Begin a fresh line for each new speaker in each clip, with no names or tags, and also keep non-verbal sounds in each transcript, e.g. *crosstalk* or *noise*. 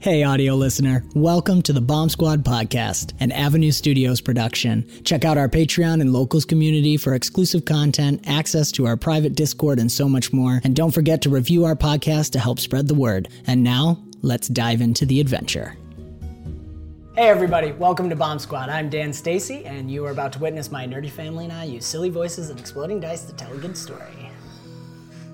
Hey, audio listener, welcome to the Bomb Squad podcast, an Avenue Studios production. Check out our Patreon and locals community for exclusive content, access to our private Discord, and so much more. And don't forget to review our podcast to help spread the word. And now, let's dive into the adventure. Hey, everybody, welcome to Bomb Squad. I'm Dan Stacy, and you are about to witness my nerdy family and I use silly voices and exploding dice to tell a good story.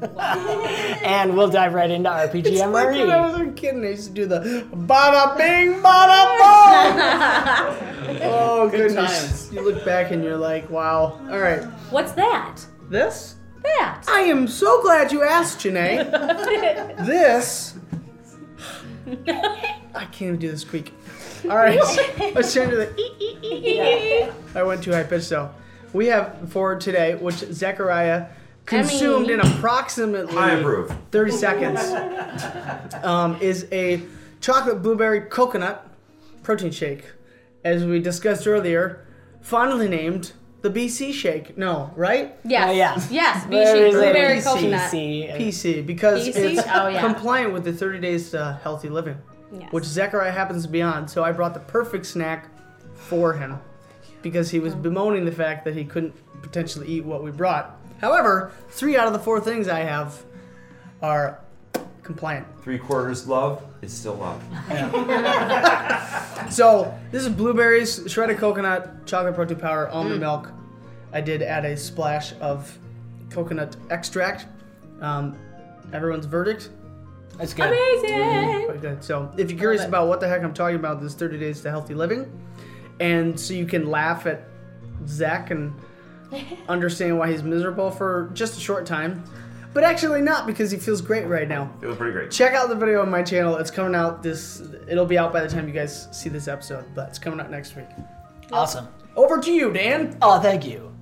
*laughs* and we'll dive right into RPG
It's like
MRE.
when I was a kid and I used to do the bada bing bada boom. oh goodness! You look back and you're like, wow. All right,
What's that? Ah,
this.
That.
I am so glad you asked, Janae. this. I can't even do this squeak. All right, let's turn to the. I went too high pitched though. We have for today, which Zechariah consumed in approximately
I approve.
30 seconds um, is a chocolate blueberry coconut protein shake as we discussed earlier fondly named the bc shake no right
Yes.
Oh, yeah.
Yes.
There
Bishi,
is a
blueberry
BC.
coconut.
pc because
BC?
it's
Oh, yeah.
compliant with the 30 days to healthy living
Yes.
which zechariah happens to be on so i brought the perfect snack for him because he was bemoaning the fact that he couldn't potentially eat what we brought however three out of the four things i have are compliant
Three quarters love is still love.
*laughs* So this is blueberries, shredded coconut, chocolate protein powder, almond milk. I did add a splash of coconut extract. Um, everyone's verdict.
That's good.
Amazing.
Quite good. So if you're curious about what the heck I'm talking about, this 30 days to healthy living, and so you can laugh at Zach and understand why he's miserable for just a short time, but actually not because he feels great right now.
It was pretty great.
Check out the video on my channel. It's coming out this. It'll be out by the time you guys see this episode, but it's coming out next week.
Awesome.
Over to you, Dan.
Oh, thank you.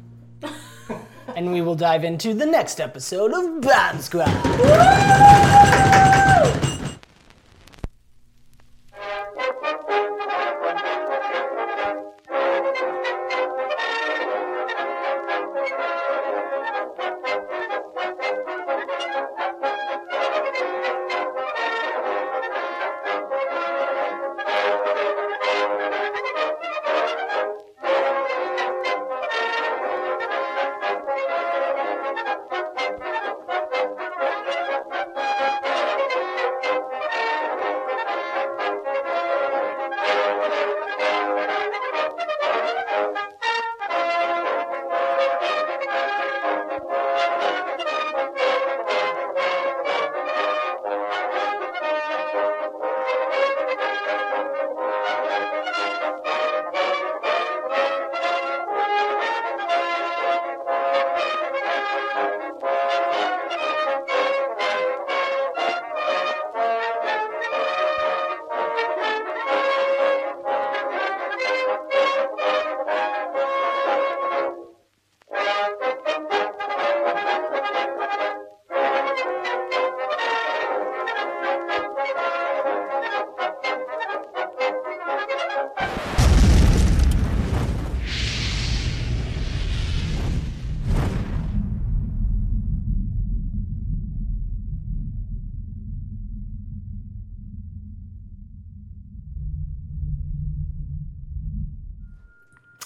and we will dive into the next episode of Bomb Squad.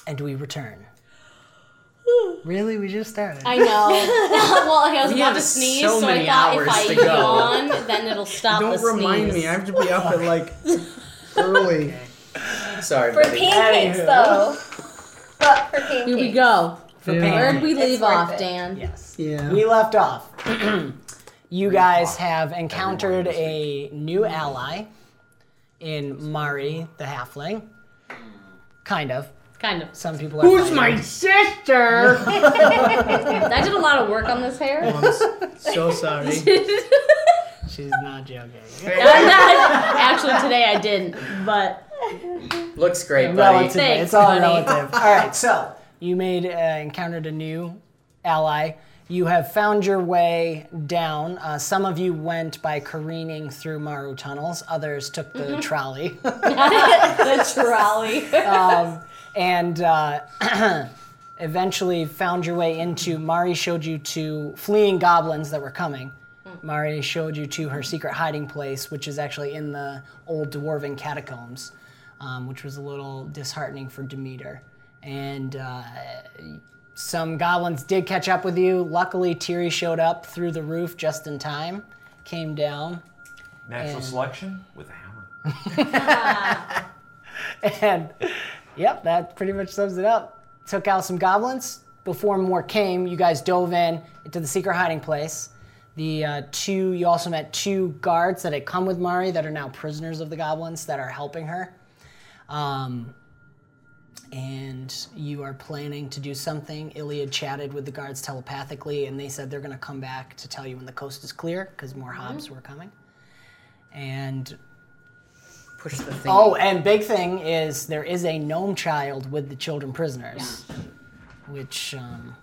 And we return. Really? We just started.
I *laughs* know. well, I was about
have
to sneeze,
so
so, I
many
thought
hours
if I
to go.
yawn, then it'll stop
Don't
the
remind
sneeze.
me. I have to be up at like early. Sorry,
For
buddy.
pancakes,
*laughs*
though. But for pancakes.
Here we go. Where'd we leave
worth
off,
it.
Dan?
yes.
Yeah.
We left off. *clears throat* you guys have encountered a new ally in Mari the halfling. Kind of.
Kind of.
Some people are. Who's my?
sister.
I did a lot of work on this hair.
*laughs*
*laughs*
so sorry.
She's not joking.
I'm not. Actually, today I didn't, but
Looks great, buddy.
relative.
Thanks,
it's all
buddy. *laughs*
relative. all right, so you made uh, encountered a new ally. You have found your way down. Uh, some of you went by careening through Maru tunnels. Others took the trolley.
the trolley.
and uh, *clears throat* eventually found your way into. Mari showed you to fleeing goblins that were coming. Mari showed you to her secret hiding place, which is actually in the old dwarven catacombs, um, which was a little disheartening for Demeter. And uh, some goblins did catch up with you. Luckily, Tiri showed up through the roof just in time, came down,
Natural selection with a hammer.
*laughs* And yep, that pretty much sums it up. Took out some goblins. Before more came, you guys dove in into the secret hiding place. The uh, two, you also met two guards that had come with Mari that are now prisoners of the goblins that are helping her. Um, and you are planning to do something. Iliad chatted with the guards telepathically, and they said they're going to come back to tell you when the coast is clear because more hobs were coming. And
Push the thing.
Oh, and big thing is there is a gnome child with the children prisoners, which um,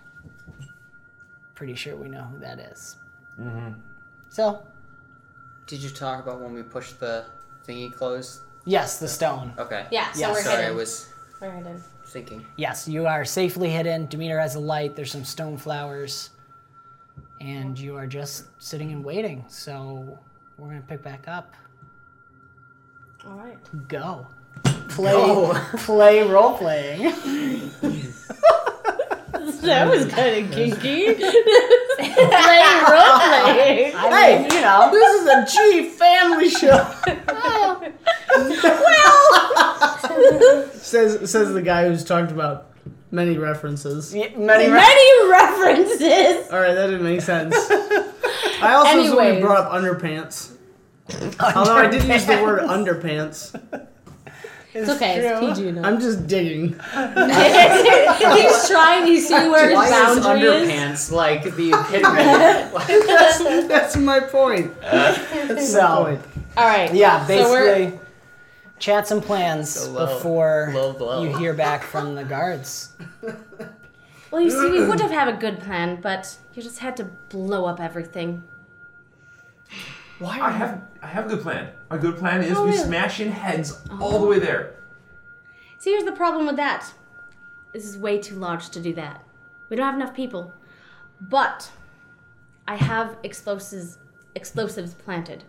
pretty sure we know who that is. So
Did you talk about when we pushed the thingy closed?
yes, the stone.
Okay.
Yeah, so
Yeah,
we're
Sorry, I
hidden.
was
We're hidden.
thinking.
Yes, you are safely hidden. Demeter has a light. There's some stone flowers, and you are just sitting and waiting. So we're gonna pick back up.
All right.
Go. Play, *laughs* play role *laughs* playing.
That was kind of kinky. Playing role playing.
hey, you *laughs* know this is a G family show.
says says the guy who's talked about many references.
Many
Many references.
All right, that didn't make sense. I also was the one who
Anyways.
brought up underpants. Although I did use the word underpants.
It's okay. It's PG enough.
I'm just
*laughs*
digging. *laughs*
He's trying. He's seeing where his
Why is
boundary is.
underpants like the epitome?
That's my point. That's my
So-
point.
All right.
Yeah,
So we're-
basically, chat some plans
low.
before
Low blow.
you hear back from the guards.
*laughs*
Well, you see, we would have had a good plan, but you just had to blow up everything.
Why? I have I have a good plan. My good plan is we smash in heads all the way there.
See, here's the problem with that. This is way too large to do that. We don't have enough people. But I have explosives explosives planted.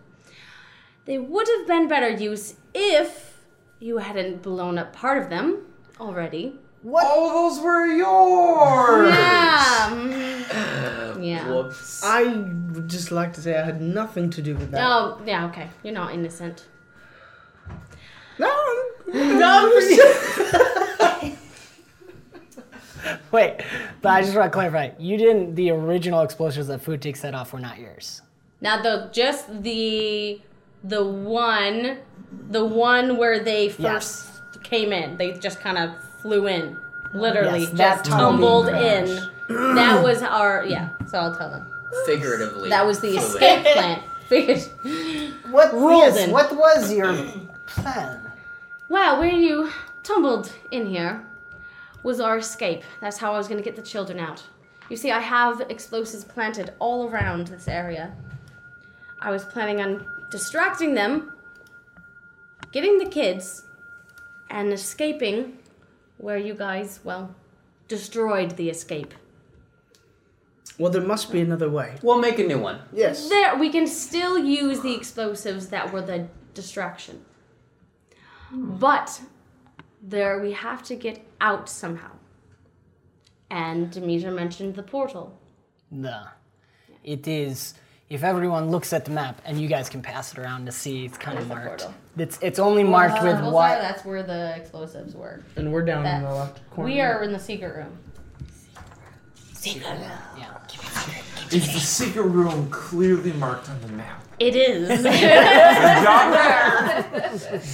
They would have been better use if you hadn't blown up part of them already.
All those were yours.
Um, yeah.
Whoops.
I would just like to say I had nothing to do with that.
Oh, yeah, okay. You're not innocent.
No, I'm, no, I'm just-
Wait, but I just want to clarify: you didn't. The original explosives that Futik set off were not yours.
Now the just the the one the one where they first
Yes.
came in. They just kind of flew in. Literally
Yes, that
just
tunnel
tumbled in. That was our yeah, so I'll tell them.
Figuratively.
That was the
fluid.
escape plan. *laughs* Figured
What
Rules in.
What was your *clears throat* plan?
Wow, where you tumbled in here was our escape. That's how I was gonna get the children out. You see, I have explosives planted all around this area. I was planning on distracting them, getting the kids, and escaping where you guys, well, destroyed the escape.
well, there must be another way.
We'll make a new one.
Yes.
There, we can still use the explosives that were the distraction. But there, we have to get out somehow. and Demeter mentioned the portal.
No. It is. If everyone looks at the map, and you guys can pass it around to see, it's kind of marked. It's it's only marked with
Circles are-
what?
That's where the explosives were.
And we're down in the
That-
left corner.
We are in the secret room.
Is the secret room clearly marked on the map?
It is.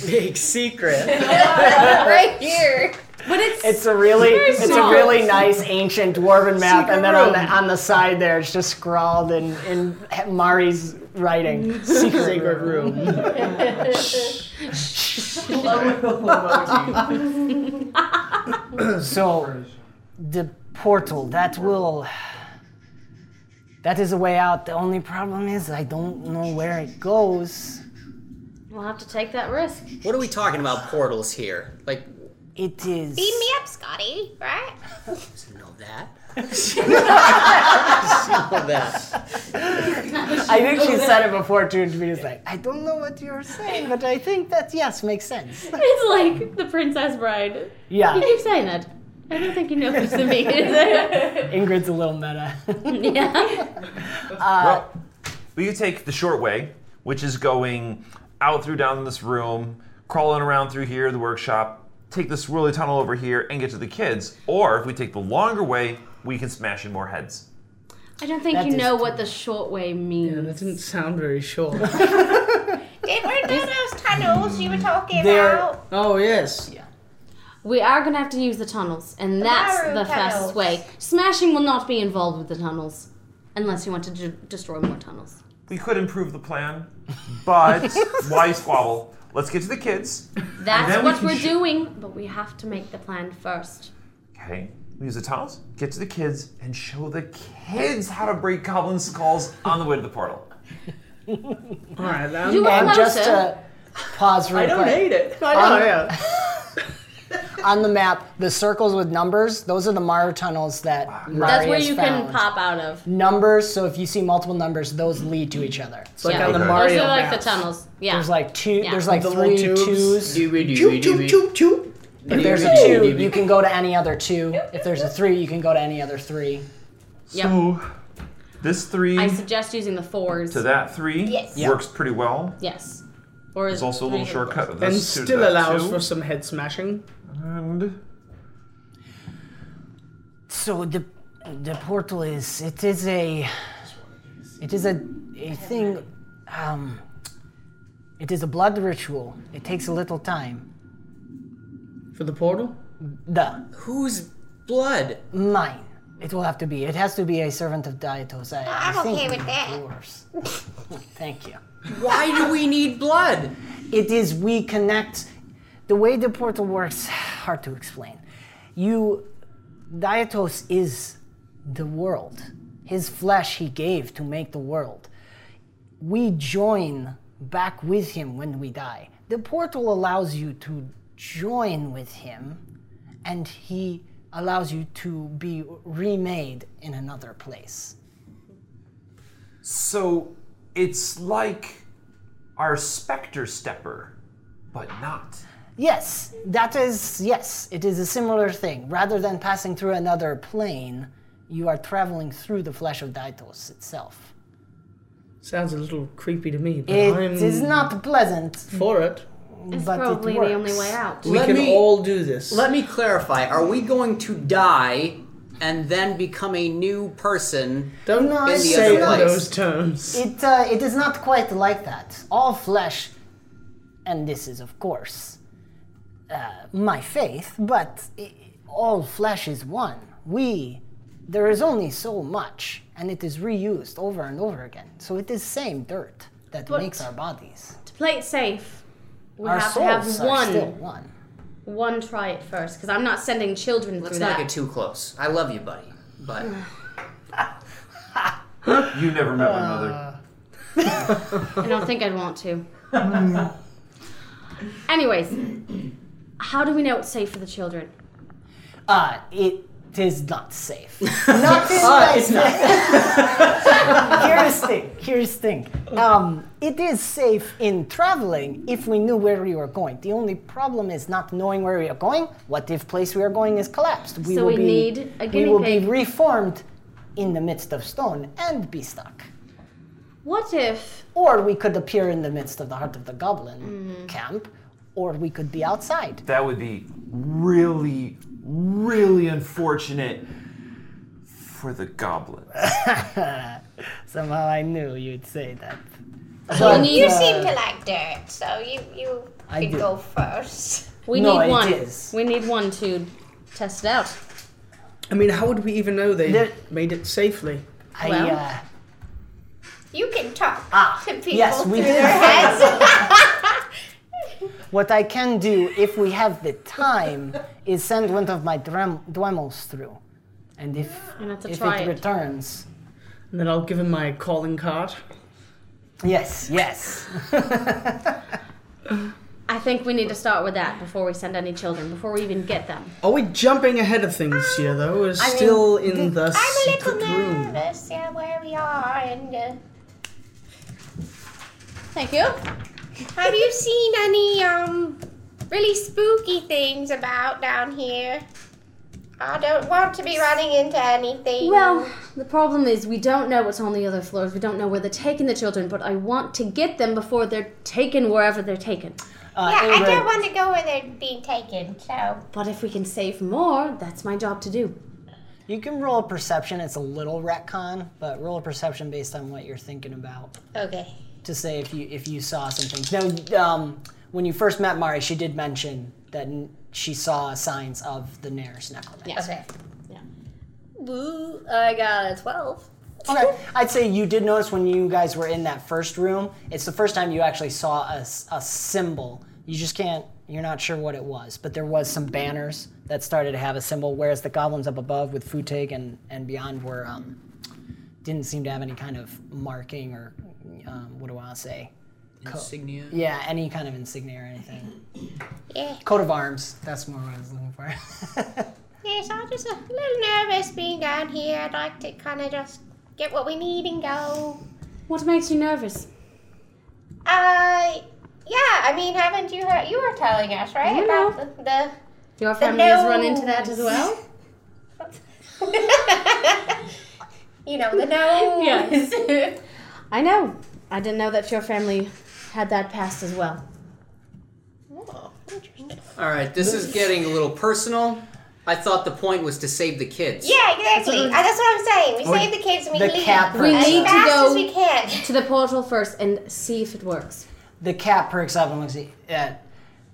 *laughs*
Big secret.
*laughs*
right here.
But it's,
It's a really it's, a
small.
really nice ancient dwarven map,
Secret
and then on the
room.
on the side there, it's just scrawled in in Mari's writing. *laughs* Secret
Sacred room.
So, the portal that will. That is a way out. The only problem is I don't know where it goes.
we'll have to take that risk.
what are we talking about portals here? Like,
It is.
Beam me up, Scotty. Right?
you know *laughs* that. you know that.
I think she said it before too, and she was like, "I don't know what you're saying, but I think that yes makes sense."
It's like the Princess Bride.
Yeah,
You keep saying that. I don't think you know who's to me. yeah.
Ingrid's a little meta.
well, we could take the short way, which is going out through down this room, crawling around through here, the workshop, take the swirly tunnel over here, and get to the kids. Or if we take the longer way, we can smash in more heads.
I don't think
That
you
is
know what the short way means.
That didn't sound very sure.
Did we do those tunnels you were talking
They're-
about?
Oh yes.
We are going to have to use the tunnels, and that's
Maru
the
tunnels.
fastest way. Smashing will not be involved with the tunnels, unless you want to d- destroy more tunnels.
We could improve the plan,
*laughs*
but why squabble? Let's get to the kids.
That's
then we
what
can
we are
sh-
doing, but we have to make the plan first.
Okay, we use the tunnels, get to the kids, and show the kids how to break goblin skulls on the way to the portal.
All right. That,
You
and
are
just uh, to pause real
I don't
quick.
hate it.
oh yeah.
On the map, the circles with numbers, those are the Mario tunnels that
That's
Mari
where
has
you
found.
can pop out of.
Numbers. So if you see multiple numbers, those lead to each other. So
Like
Yeah.
on the
Okay.
Those
Mario.
are like the
maps.
tunnels. Yeah.
there's like two. There's like
The
three
little
twos.
tubes. Choop,
Dooby dooby
choop,
dooby.
choop, choop.
If there's a
Dooby
two,
dooby.
you can go to any other two. If there's a three, you can go to any other three.
Yep.
So, this three
I suggest using the fours.
to that three
Yes.
Yeah.
works pretty well.
Yes. Or
There's also a little shortcut. of
And
this to
still
that
allows
too.
for some head smashing.
And
So the the portal is it is a it is a, a thing um it is a blood ritual. It takes a little time.
For the portal?
The
Whose blood?
mine. It will have to be. It has to be a servant of Diatos. I,
I'm
I think
okay with that. *laughs*
yours. Thank you.
Why do we need blood?
It is we connect. The way the portal works, *sighs* hard to explain. You, Diatos is the world. His flesh he gave to make the world. We join back with him when we die. The portal allows you to join with him, and he allows you to be remade in another place.
so it's like our specter stepper, but not.
Yes, that is, yes, it is a similar thing. Rather than passing through another plane, you are traveling through the flesh of Daitos itself.
Sounds a little creepy to me, but
It is
I'm
not pleasant,
for it.
It's
but
probably
it works.
the only way out.
We
Let
can
me-
all do this.
Let me clarify. Are we going to die and then become a new person?
Don't
the
say it
other
in
place.
those terms.
It, uh, it is not quite like that. All flesh, and this is, of course, uh, my faith, but i all flesh is one. We, there is only so much, and it is reused over and over again. So it is same dirt that
But-
makes our bodies.
To play it safe, we
our
have to
souls
have
are
one
still one.
one try it first, because I'm not sending children
Let's
through
not
that.
get too close. I love you, buddy, *sighs* but
You never met my
Ah.
mother.
I don't think I'd want
*laughs*
to. Anyways, how do we know it's safe for the children?
Uh, it Tis not
*laughs*
safe. not tis not safe. Here's thing. Here's thing. Um, it is safe in traveling if we knew where we were going. The only problem is not knowing where we are going. What if place we are going is collapsed? We
So
will
we
be,
need a guinea
We will be
pig.
reformed in the midst of stone and be stuck.
What if
Or we could appear in the midst of the heart of the goblin
Mm-hmm.
camp, or we could be outside.
That would be really, really unfortunate for the
*laughs*
goblin.
Somehow I knew you'd say that.
we need
You seem to like dirt, so you you
I
could
do.
go first.
we
No,
need
it
one.
is.
We need one to test it out.
I mean, how would we even know they
There-
made it safely?
I,
Well,
uh,
You can talk to people
yes, we
through
did.
their
*laughs*
heads.
what I can do, if we have the time, is send one of my dram- Dwemmels through. And if,
I'm gonna have to
if
try
it
it.
returns.
And then I'll give him my calling card.
Yes, yes.
I think we need to start with that before we send any children, before we even get them.
Are we jumping ahead of things here, though? We're still in the
I'm a little
secret room.
nervous, yeah, where we are, and uh,
Thank you.
have you seen any um really spooky things about down here? I don't want to be running into anything.
Well, the problem is we don't know what's on the other floors. We don't know where they're taking the children, but I want to get them before they're taken wherever they're taken.
Uh,
yeah, I
Ingrid,
don't want to go where they're being taken. So
But if we can save more, that's my job to do.
You can roll a perception. It's a little retcon, but roll a perception based on what you're thinking about
okay.
to say if you if you saw some things. Now, um, when you first met Mari, she did mention that n- she saw signs of the Nair's necromancy.
Okay.
Yeah.
Woo, I got a 12.
Okay, I'd say you did notice when you guys were in that first room. It's the first time you actually saw a, s- a symbol. You just can't. You're not sure what it was, but there was some banners that started to have a symbol. Whereas the goblins up above with Futeg and and beyond were um, didn't seem to have any kind of marking or um, what do I say?
Insignia.
Yeah, any kind of insignia or anything.
Yeah.
Coat of arms. That's more what I was looking for. *laughs*
Yes, I'm just a little nervous being down here. I'd like to kind of just get what we need and go.
What makes you nervous?
Uh, yeah, I mean, haven't you heard? You were telling us, right?
You
about the. the *laughs*
Your family has run
nose.
into that as well?
you know, the nose.
*laughs* Yes. I know. I didn't know that your family had that past as well.
Oh, interesting.
All right, this is getting a little personal. I thought the point was to save the kids.
Yeah, exactly. Uh, That's what I'm saying. We save the kids and we
the
leave.
cap
We
perks
as
need
up.
to
fast
go
as we can.
to the portal first and see if it works.
The cat perks up and looks at. Uh,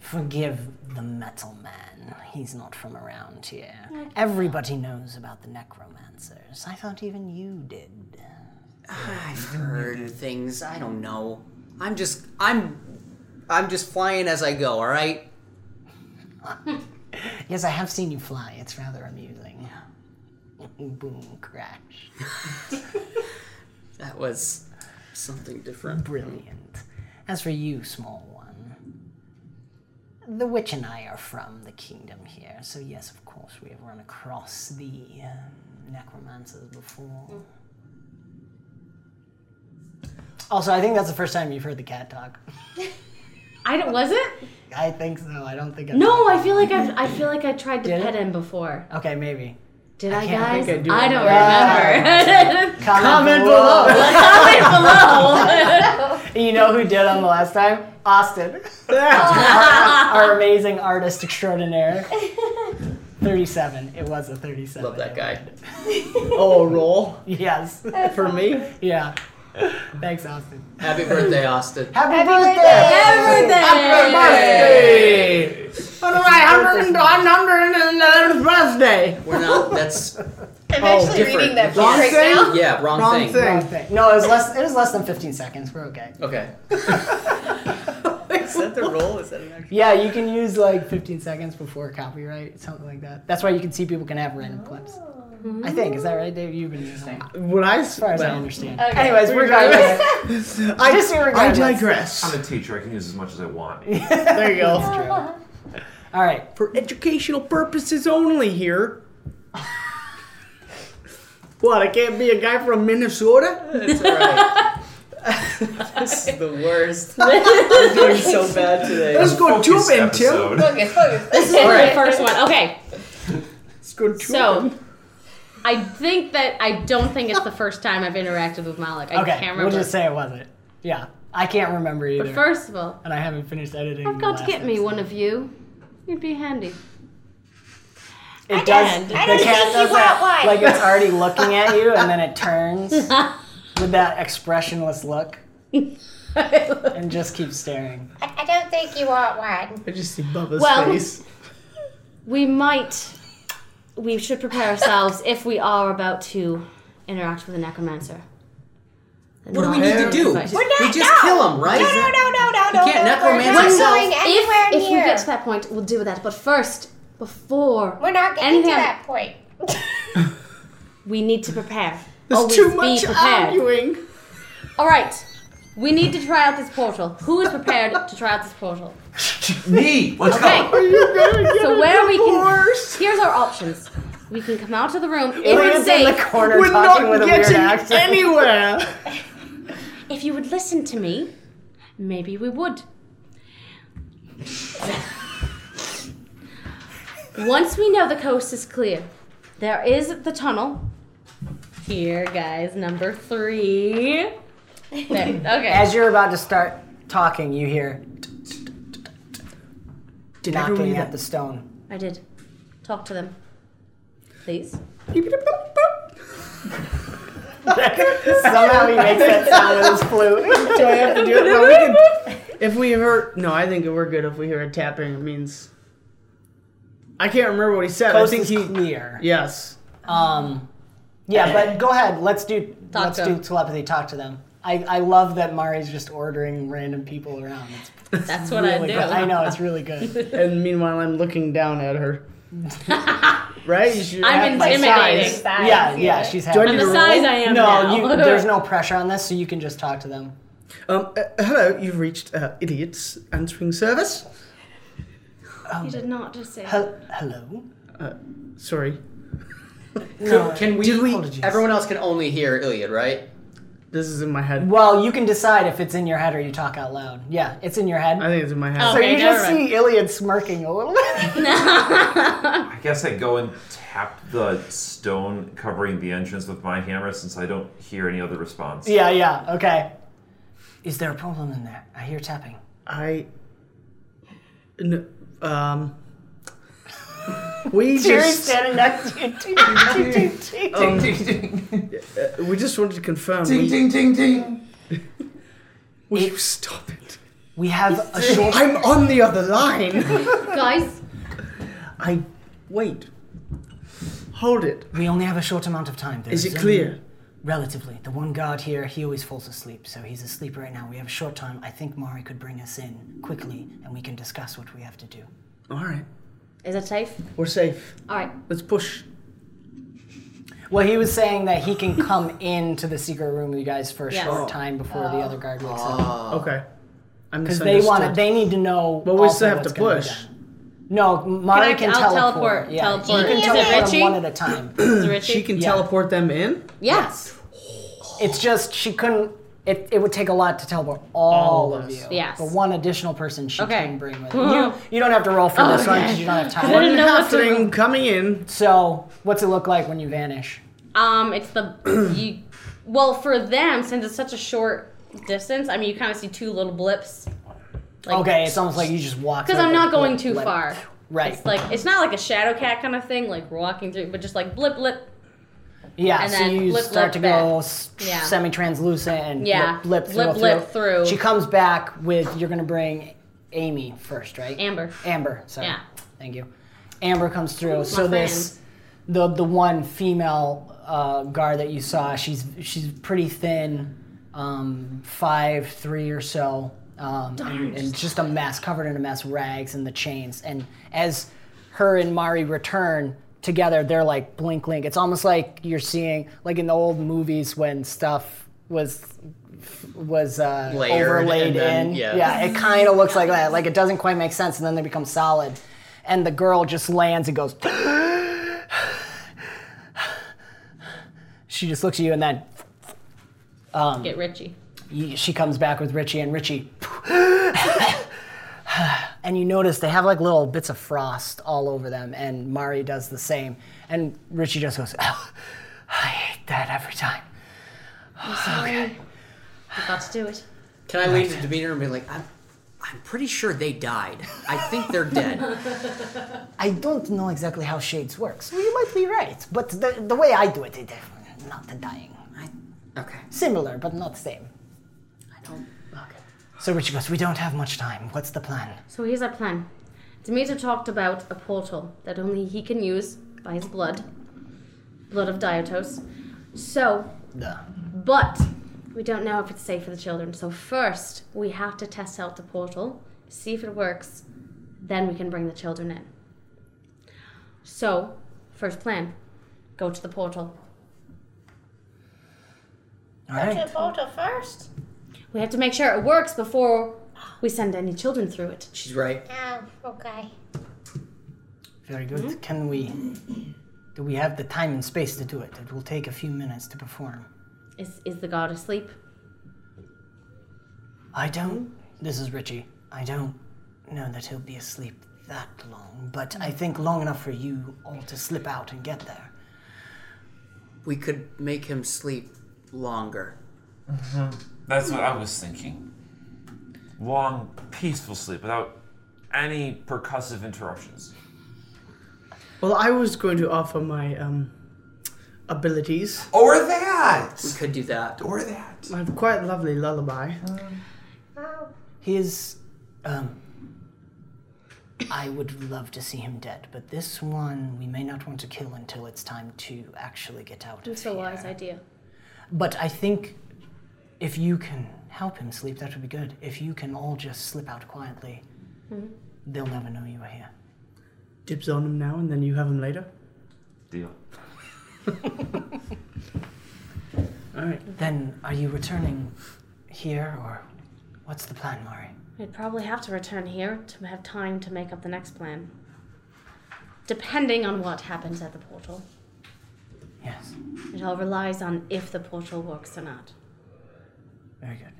Forgive the metal man. He's not from around here. Everybody knows about the necromancers. I thought even you did.
I've heard things. I don't know. I'm just I'm I'm just flying as I go. All right.
Yes, I have seen you fly. It's rather amusing. *laughs* Boom, crash.
That was something different.
Brilliant. As for you, small one, the witch and I are from the kingdom here, so yes, of course, we have run across the uh, necromancers before. Also, I think that's the first time you've heard the cat talk.
I don't, was it?
I think so. I don't think. I've
No, I feel like I, I feel like I tried to
Did it?
pet him before.
Okay, maybe.
Did I,
can't
guys?
think I do
don't
*laughs*
remember.
Comment, below.
Comment below.
You know who did on the last time? *laughs* Austin, our, our amazing artist extraordinaire. Thirty-seven. It was a thirty-seven.
Love that guy.
Oh, roll
Yes.
for me.
*laughs* Yeah. Thanks, Austin.
Happy birthday, Austin.
Happy,
Hey! On my 111th birthday.
We're not. That's
I'm
oh,
actually
different.
reading that book
Wrong
right
thing?
now.
Yeah, wrong,
Wrong
thing.
thing.
birthday! No, it was less. It was less than 15 seconds. We're okay.
Okay.
Is that the roll? Is that *laughs* an actual?
Yeah, you can use like 15 seconds before copyright, something like that. That's why you can see people can have random clips.
Oh.
I think is that right, Dave? You've been using. As
When I
far as I
well,
understand. Anyways, we're going. *laughs*
I
Just
I
regardless.
digress.
I'm a teacher, I can use as much as
*laughs*
I want.
There you go.
All right.
For educational purposes only here. What? I can't be a guy from Minnesota?
That's all right. this is the worst.
*laughs*
I'm doing so bad today.
Let's go
Focus
tubing, Tim.
episode.
Focus, focus.
This is the first one. Okay,
Let's go tubing.
so I think that I don't think it's the first time I've interacted with Malik. I
Okay,
can't
we'll
remember.
just say it wasn't. Yeah, I can't remember either,
First of all,
and I haven't finished editing.
I've
the
got to
last
get me
episode.
one of you. You'd be handy.
It does.
don't-
the
I don't
cat
think you
does
want
that,
one.
Like it's already looking at you, and then it turns with that expressionless look, and just keeps staring.
I, I don't think you want one.
I just see Bubba's
Well-
face.
We might. We should prepare ourselves if we are about to interact with a necromancer.
What do we need to do?
Advice.
We're not,
We just kill him, right?
No, no, no, no, no,
You
no.
can't
no, We're
necromantic
not
yourself.
going anywhere
If, if we
near.
get to that point, we'll deal with that. But first, before
We're not getting
anything,
to that point.
*laughs* we need to prepare.
There's
Always
too much
be prepared.
arguing.
All right, we need to try out this portal. Who is prepared to try out this portal?
Me. Let's
Okay,
go.
You're gonna get
so
a
where we can
divorce.
here's our options. We can come out of the room. It
Liam's
would
in the
say
corner
We're
talking
not
with a weird
getting
accent.
anywhere.
if you would listen to me, maybe we would. Once we know the coast is clear, there is the tunnel. Here, guys, number three. There, okay.
As you're about to start talking, you hear
Did
knocking at the stone.
I did. Talk to them. Please.
Somehow he makes that sound with his flute.
Do I have to do it? No, we can, if we heard, no, I think we're good. If we hear a tapping, it means. I can't remember what he said. I
Coast
think
is
he.
clear.
Yes.
Um, yeah, but go ahead. Let's do
Talk
let's
to
do
him.
telepathy. Talk to them. I, I love that Mari's just ordering random people around. It's
That's what
really
I do.
good. I know it's
*laughs*
really good.
And meanwhile, I'm looking down
*laughs*
at her. right? You should
I'm
have my
intimidating.
size.
Size,
yeah, yeah, she's
Do I
happy.
need
I'm the
to roll?
size I am
no,
now. *laughs*
you, there's no pressure on this, so you can just talk to them.
Um, uh, hello, you've reached uh, Idiot's Answering Service.
You did not just say.
Hel- Uh, hello.
Sorry.
No,
Can we?
did we- Apologies.
Everyone else can only hear Iliad, right?
This is in my head.
Well, you can decide if it's in your head or you talk out loud. Yeah, it's in your head.
I think it's in my head.
so
Okay,
you
never
just
mind.
see Iliad smirking a little bit. *laughs*
I guess I go and tap the stone covering the entrance with my hammer since I don't hear any other response.
yeah, yeah, okay. Is there a problem in there? I hear tapping.
I. n- um. We
Jerry's
just Oh,
standing next to you.
*laughs*
Ting, ting, ting, ting, ting. *laughs*
Uh, we just wanted to confirm.
Ding
We,
ding ding ding.
will you stop it?
We have a short.
I'm on the other line.
Guys,
I wait. Hold it.
We only have a short amount of time. There
Is it
only-
clear?
Relatively. The one guard here, he always falls asleep, so he's asleep right now. We have a short time. I think Mari could bring us in quickly, and we can discuss what we have to do.
All right,
is it safe?
we're safe.
All right.
Let's push.
Well, he was saying that he can come
*laughs*
into the secret room with you guys for a
Yes.
short time before
Oh.
the other guard wakes up.
Okay. I
Because they
misunderstood.
want to, they need to know.
Oh. But we
also
still have
what's
to
gonna be
push.
done. No, Mari
Can
can,
I- I'll teleport,
teleport. Yeah,
teleport.
you
Is
can
it
teleport them
Richie?
one at a time.
Is it Richie?
She can
Yeah.
teleport them in.
Yes.
It's just she couldn't. It, it would take a lot to teleport all,
All
of
of
you.
us.
Yes.
But one additional person she
Okay. *laughs*
can bring with her. You, you don't have to roll for this one because you don't have
I *laughs*
time.
didn't know what to
Halfling coming in.
So, what's it look like when you vanish?
Um, it's the you. Well, for them, since it's such a short distance, I mean, you kind of see two little blips. Like,
Okay, it's almost like you just walk.
Because
through
I'm
the-
not going
the-
too
like-
far.
Right.
It's like it's not like a shadow cat kind of thing, like we're walking through, but just like blip, blip.
yeah.
and
so
then
you
blip,
start
blip
to
back.
go s-
Yeah.
semi-translucent and
Yeah.
blip, blip,
Blip,
through,
blip through.
She comes back with. You're gonna bring Amy first, right?
Amber.
Amber. Sorry.
Yeah.
Thank you. Amber comes through. so
friend.
this, the the one female uh, guard that you saw, she's she's pretty thin, um, five three or so, um, and, and just a mess, covered in a mess, rags and the chains. And as her and Mari return together, they're like blink blink. It's almost like you're seeing like in the old movies when stuff was was uh,
Layered
overlaid
and then-
in.
yeah.
it kind of looks like that. Like it doesn't quite make sense, and then they become solid. And the girl just lands and goes. *gasps* she just looks at you and then um,
Get Richie.
y- she comes back with Richie and Richie. *sighs* and you notice they have like little bits of frost all over them, and Mari does the same. And Richie just goes, *sighs* oh, I hate that every time.
I'm sorry. I got to do it.
Can I lean to Demeanor and be like, I'm, I'm pretty sure they died. I think they're dead.
I don't know exactly how shades works. Well, you might be right, but the, the way I do it, it not the dying.
Okay.
Similar, but not same.
I don't.
So Richie goes, We don't have much time. What's the plan?
So here's our plan. Demeter talked about a portal that only he can use by his blood, blood of Diotos. So,
Duh.
but we don't know if it's safe for the children. So first, we have to test out the portal, see if it works. Then we can bring the children in. So, first plan: go to the portal.
All
Go
right.
to the portal first.
We have to make sure it works before we send any children through it.
She's right.
Oh, okay.
Very good. Can we. Do we have the time and space to do it? It will take a few minutes to perform.
Is is the god asleep?
I don't. This is Richie. I don't know that he'll be asleep that long, but I think long enough for you all to slip out and get there.
We could make him sleep longer.
That's what I was thinking. Long, peaceful sleep without any percussive interruptions.
Well, I was going to offer my um, abilities.
Oh.
Or that!
We could do that.
Or that.
I have quite a lovely lullaby.
His, um, I would love to see him dead, but this one we may not want to kill until it's time to actually get out of
It's a
here.
wise idea.
But I think if you can help him sleep, that would be good. If you can all just slip out quietly, they'll never know you were here.
Dibs on him now, and then you have him later.
Deal.
All right.
Then are you returning here, or what's the plan, Mari?
We'd probably have to return here to have time to make up the next plan. Depending on what happens at the portal,
Yes,
it all relies on if the portal works or not.
very good.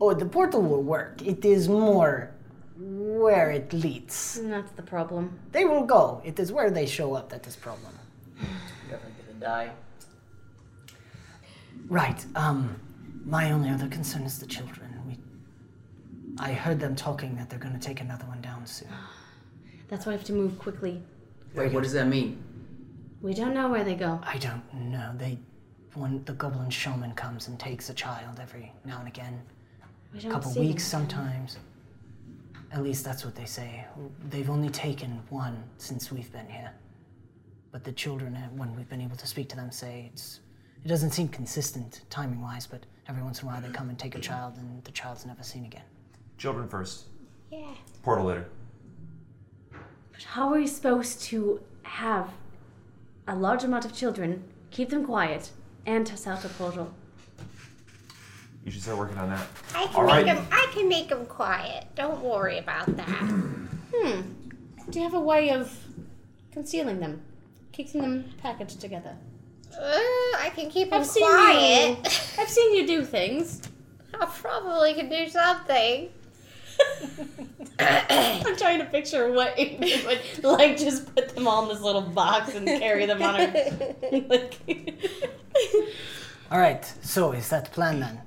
Oh, the portal will work. It is more where it leads.
And that's the problem.
They will go. It is where they show up that is problem.
Die.
Right. Um, my only other concern is the children. We, I heard them talking that they're going to take another one down soon.
That's why we have to move quickly.
Wait, what does that mean?
We don't know where they go.
I don't know. They, when the goblin showman comes and takes a child every now and again,
We
a
don't
couple
see
weeks
them.
sometimes. At least that's what they say. They've only taken one since we've been here. But the children, uh, when we've been able to speak to them, say it's. It doesn't seem consistent timing wise, but every once in a while they come and take a child, and the child's never seen again.
Children first.
Yeah.
Portal later.
But how are we supposed to have a large amount of children, keep them quiet, and test out the portal?
You should start working on that.
I can
All
make
right.
him. I can make him quiet. Don't worry about that.
Hmm. Do you have a way of concealing them, keeping them packaged together?
Uh, I can keep him
I've seen you.
quiet.
I've seen you do things.
I probably can do something.
*laughs* I'm trying to picture what it would like. Just put them all in this little box and carry them
*laughs*
on our. Like, *laughs*
All right. So is that plan then?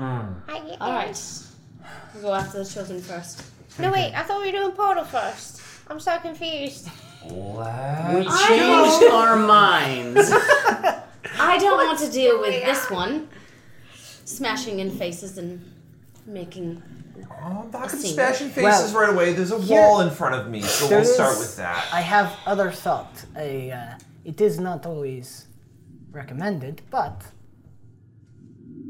I guess.
all right, we'll go after the children first.
No wait, I thought we were doing portal first. I'm so confused.
We changed *laughs* our *laughs* minds.
I don't want to deal with this one, smashing in faces and making.
Oh, I'm not gonna
see.
smash in faces right away. There's a wall in front of me, so
There
we'll start
is-
with that.
I have other thought. I, uh, it is not always recommended, but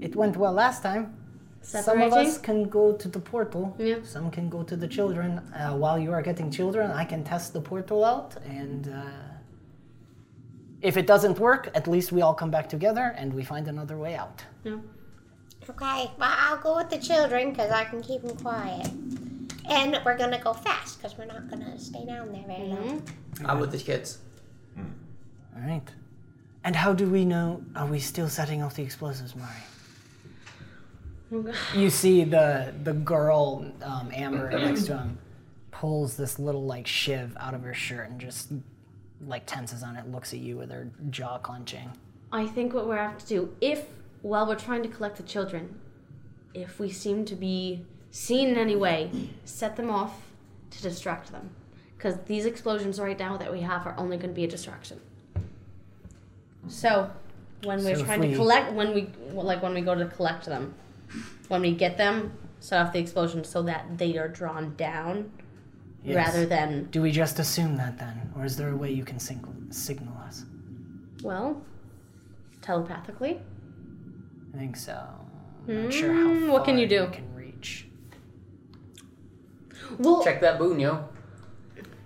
it went well last time. Some of us
Separating?
can go to the portal.
Yeah.
Some can go to the children. Uh, while you are getting children, I can test the portal out, and uh, if it doesn't work, at least we all come back together and we find another way out.
Okay, well I'll go with the children because I can keep them quiet. And we're gonna go fast because we're not
Oh,
gonna stay down there very long.
I'm with the kids.
All right. And how do we know? Are we still setting off the explosives, Mari? You see the the girl um, Amber next to him pulls this little like shiv out of her shirt and just like tenses on it, looks at you with her jaw clenching.
I think what we're have to do, if while we're trying to collect the children, if we seem to be seen in any way, set them off to distract them, because these explosions right now that we have are only going to be a distraction. So, when we're
So if
trying
we-
to collect, when we well, like when we go to collect them, when we get them, set off the explosion so that they are drawn down,
Yes.
rather than
Do we just assume that then, or is there a way you can sing- signal us?
well, telepathically.
I think so. I'm not sure how
Mm, what can
far
you do?
can reach.
Well,
Check that boon, yo.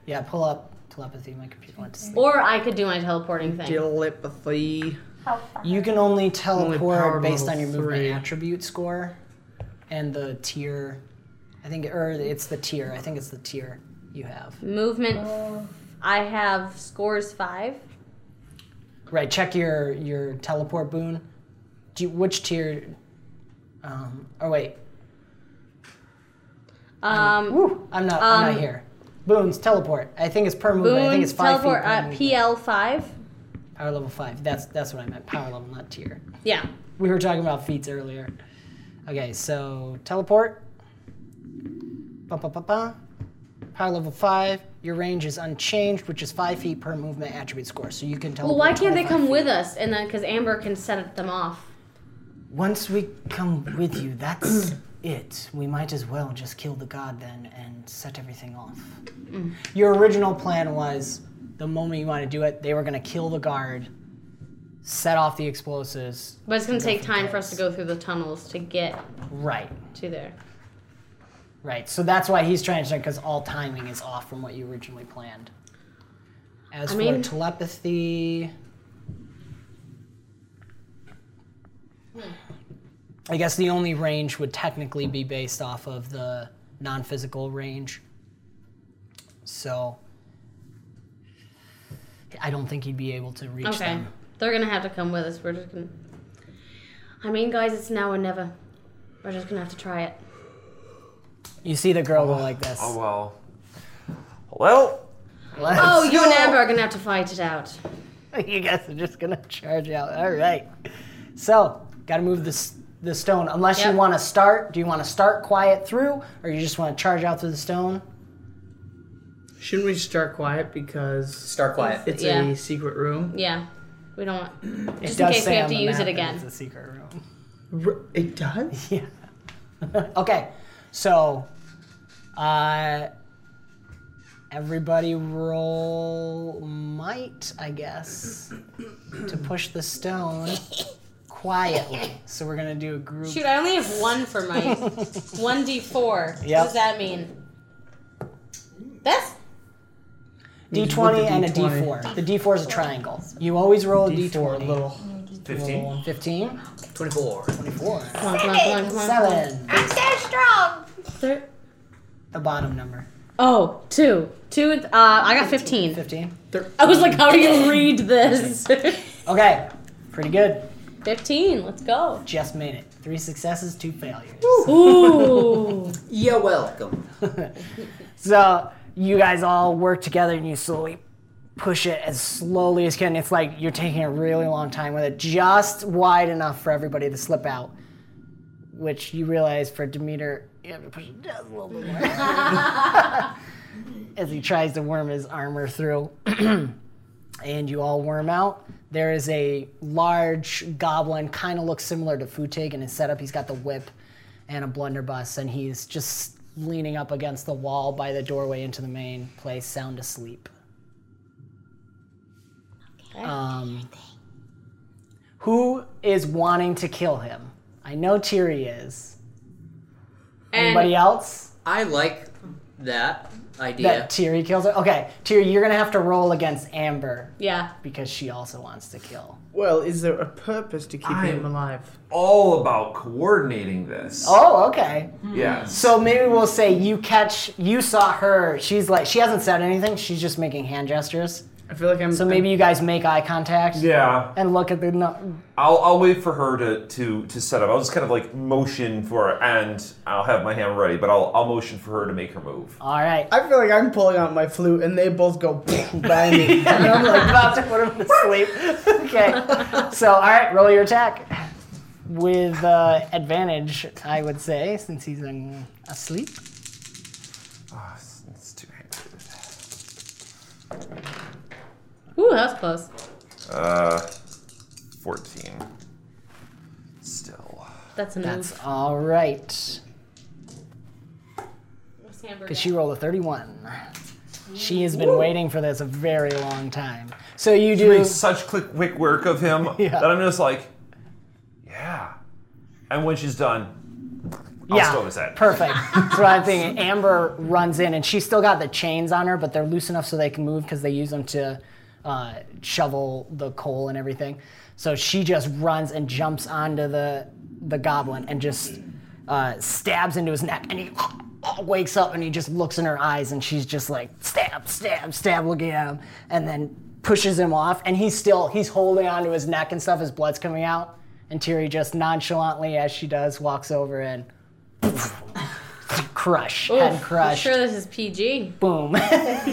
Yeah, pull up telepathy. My computer went to sleep.
or I could do my teleporting thing.
Telepathy.
You can only
power
teleport based
level
on your movement
three.
attribute score and the tier. I think, or it's the tier. I think it's the tier you have.
Movement.
Oh.
f- I have scores five.
Right. Check your your teleport boon. Do you, which tier? Um. Oh wait.
Um,
Woo, I'm not. I'm not here. Boons teleport. I think it's per movement. I think
boon
it's five
teleport uh,
feet. per
at
movement.
PL five.
Power level five. That's that's what I meant. Power level, not tier.
Yeah.
We were talking about feats earlier. Okay, so teleport. Ba ba ba ba. Power level five. Your range is unchanged, which is five feet per movement attribute score. So you can
Well,
teleport.
why can't they
25
come
feet.
with us? And then because Amber can set them off.
Once we come with you, *clears throat* that's it. We might as well just kill the god then and set everything off.
Mm.
Your original plan was the moment you want to do it, they were going to kill the guard, set off the explosives.
But it's gonna take time for us to go through the tunnels to get
Right.
to there.
Right. So that's why he's trying to because all timing is off from what you originally planned. As
I
for
mean-
telepathy, I guess the only range would technically be based off of the non-physical range. So I don't think he'd be able to reach
Okay.
them.
They're gonna have to come with us. We're just gonna. I mean, guys, it's now or never. We're just gonna have to try it.
You see the girl go like this.
Oh well. Well,
Oh, you and Amber are gonna have to fight it out.
*laughs* you guys are just gonna charge out. All right. So, gotta move this the stone. Unless
Yep.
you want to start. Do you want to start quiet through, or you just want to charge out through the stone?
Shouldn't we start quiet because
Start quiet.
it's
Yeah.
a secret room?
Yeah. We don't want.
It
Just in
does
case
say
we
on
have to
the
use
map
it
that
again.
It's a secret room.
R- It does.
*laughs* Yeah. *laughs* okay. So, uh, everybody roll might, I guess, to push the stone quietly. So we're gonna do a group.
Shoot, I only have one for my
*laughs*
one d four. What
Yep.
does that mean? That's
D20 and a
D20.
D4. The D4 is a triangle. You always roll a
D4
D20.
little.
15.
15,
24.
24,
come on, come on, come on, come on, come on.
7,
I'm so strong.
Thir-
the bottom number.
Oh, two, two. Uh, I got fifteen.
15.
I was like, how do you read this? *laughs*
Okay, pretty good.
fifteen. Let's go.
Just made it. Three successes, two failures. *laughs*
Ooh.
You're welcome.
So you guys all work together and you slowly push it as slowly as you can. It's like you're taking a really long time with it, just wide enough for everybody to slip out. Which you realize for Demeter, you have to push it just a little bit more. *laughs* as he tries to worm his armor through. *clears throat* and you all worm out. There is a large goblin, kind of looks similar to Futig in his setup. He's got the whip and a blunderbuss, and he's just leaning up against the wall by the doorway into the main place, sound asleep. Um, who is wanting to kill him? I know Tiri is. Anybody
And
else?
I like that idea.
That Tiri kills her? Okay, Tiri, you're gonna have to roll against Amber
yeah,
because she also wants to kill.
Well, is there a purpose to keeping
I-
him alive?
all about coordinating this.
Oh, okay.
Yes.
So maybe we'll say you catch, you saw her. She's like, she hasn't said anything. She's just making hand gestures.
I feel like I'm.
So maybe you guys make eye contact
Yeah.
and look at the. No,
I'll, I'll wait for her to, to, to set up. I'll just kind of like motion for her, and I'll have my hammer ready, but I'll, I'll motion for her to make her move.
all *laughs* right.
I feel like I'm pulling out my flute, and they both go *laughs* by me. And I'm like,
about to put him to sleep. *laughs* okay. So, all right, roll your attack with uh, advantage, I would say, since he's in, asleep.
Ah, it's- it's too good.
Ooh, that was close.
Uh, 14. Still.
That's a move.
That's all right.
What's Amber
Because
got?
she rolled a 31. She has been waiting for this a very long time. So you do.
Makes such quick, quick work
*laughs*
of him that I'm just like, yeah. And when she's done, I'll
yeah,
still his head. *laughs*
perfect. That's what I'm thinking. Amber runs in, and she's still got the chains on her, but they're loose enough so they can move because they use them to uh, shovel the coal and everything. So she just runs and jumps onto the the goblin and just uh, stabs into his neck, and he *laughs* wakes up and he just looks in her eyes, and she's just like stab, stab, stab, looking at him, and then pushes him off, and he's still he's holding onto his neck and stuff. His blood's coming out. And Tiri just nonchalantly, as she does, walks over and *laughs* crush,
Oof,
head
I'm
crush,
sure this is PG. *laughs*
boom.
*laughs* except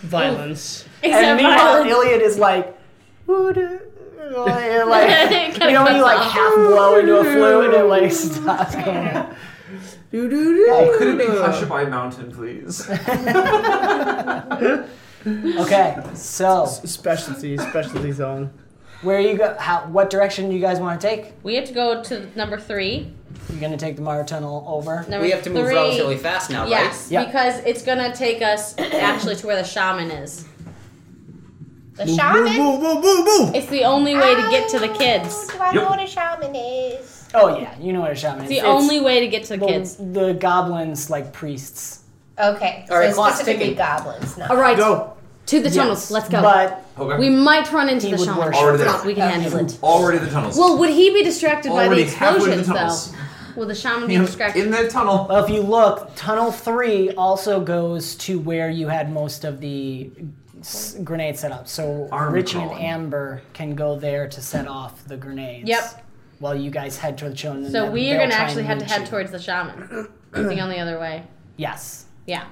violence.
and
Except
meanwhile,
violence.
Iliad is like, "Woo doo," and like
*laughs* It kinda
you know when you
cuts
like
off.
half blow into a flute and
*laughs*
it like stops going. out.
Do do do.
Could it be Hushabye Mountain, please?
Okay, so
Specialty, specialty zone.
where you go? How? What direction do you guys want to take?
We have to go to number three.
You're gonna take the Mara Tunnel over.
Number
We have to move
three.
relatively fast now,
Yes,
Yeah.
because it's gonna take us actually to where the shaman is. The
Shaman?
Move, move, move, move.
It's the only way to get to
Ah.
the kids.
Do I know
Yep.
what a shaman is?
Oh yeah, you know where a shaman is.
It's the only way to get to the kids.
the goblins like priests.
Okay.
right,
so
clock's
specifically
ticking.
goblins. Not
All right,
Go.
to the tunnels.
Yes,
Let's go.
But
Okay.
we might run into
He
the
would
shaman.
worship
Already there.
We can handle it.
Already the tunnels.
Well, would he be distracted by the
Already halfway to the
explosions
tunnels.
though? Will the shaman be
You know,
distracted?
in the tunnel.
Well, if you look, Tunnel 3 also goes to where you had most of the s- grenade set up. So
Arm
Richie and
crawling.
Amber can go there to set off the grenades.
Yep.
While you guys head toward the children. and
so
then
we are
they'll
gonna
try
actually
and
have to
meet
head
you.
towards the shaman. it's the only other way.
Yes.
Yeah.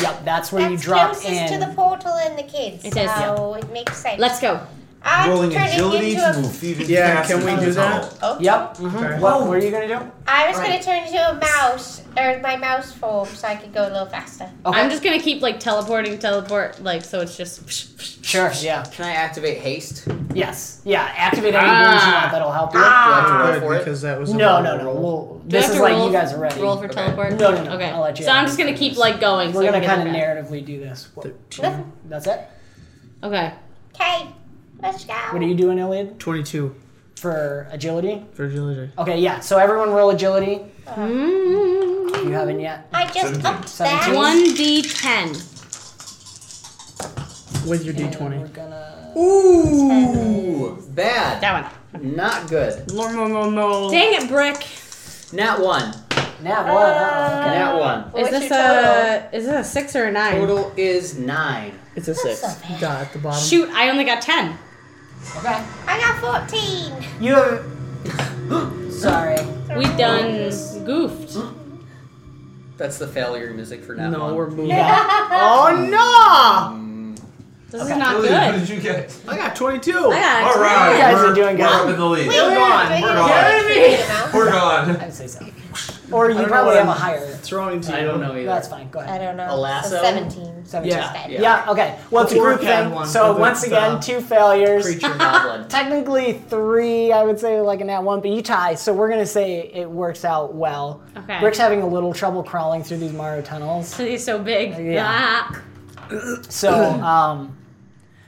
Yep, that's where
That's
you drop
closest
in.
to the portal and the kids.
It is.
So it makes sense.
Let's go.
I'm
Rolling
turning
agility
into
to
a.
move even
Yeah,
faster
can we
through
do
the
that?
tunnel.
Oh,
Yep. mhm.
Okay.
What, what are you going to do?
I was gonna turn into a mouse or my mouse form so I could go a little faster.
Okay.
I'm just gonna keep like teleporting, teleport, like so it's just. *laughs*
Sure, yeah.
Can I activate haste? Do
Yes. Yeah, activate any
Ah.
moves you want that'll help you.
I have to roll
Good,
for it?
because that was a
No,
wrong
no, no.
Ah. roll.
We'll,
Do I
this
have
is
to
like
roll-
you guys are ready.
Roll for teleport.
No, no, no.
Okay.
I'll let you
so
have
I'm just gonna keep like going.
We're
so
going
we
to
get
kind of
there.
narratively do this. What- That's it?
Okay.
Okay, let's go.
What are you doing, Iliad?
Twenty-two
for agility.
for agility.
Okay, yeah. So everyone roll agility. If you haven't yet.
I just upped that.
Seventeen.
One d ten.
With your D
We're
twenty.
gonna.
Ooh, bad.
That one.
Not good.
No, no, no, no.
Dang it, brick.
Nat one.
Nat one.
Uh,
huh? Okay.
Nat one.
Is
What's
this
your total?
a is this a six or a nine?
Total is nine.
It's a six. You got it at the bottom.
Shoot, I only got ten.
Okay.
I got 14.
You have. *gasps* Sorry.
We done goofed.
That's the failure music for Nat
No,
one.
we're moving.
*laughs* Yeah.
Oh
This is
Oh,
not
Lily, What
good.
did you get?
no! I got twenty-two.
I got a
All right,
guys are
we're,
doing good.
we're up in the lead.
We're
gone,
We're
gone.
*laughs*
We're gone.
I'd say so. Or you
don't know what
probably have a
I'm-
higher.
Throwing to you.
I don't know either.
That's fine. Go
I
ahead.
don't know.
A lasso?
So 17.
Seventeen.
Yeah.
Yeah.
Yeah. Okay. Well, it's a
The
group
orc had
thing.
one
So
with the-
once again,
the
two failures.
Creature.
*laughs*
Goblin.
Technically three, I would say, like a nat one, but you tie, so we're gonna say it works out well.
Okay.
Rick's having a little trouble crawling through these Mario tunnels.
*laughs* He's so big.
Yeah.
Ah.
So,
*clears throat*
um,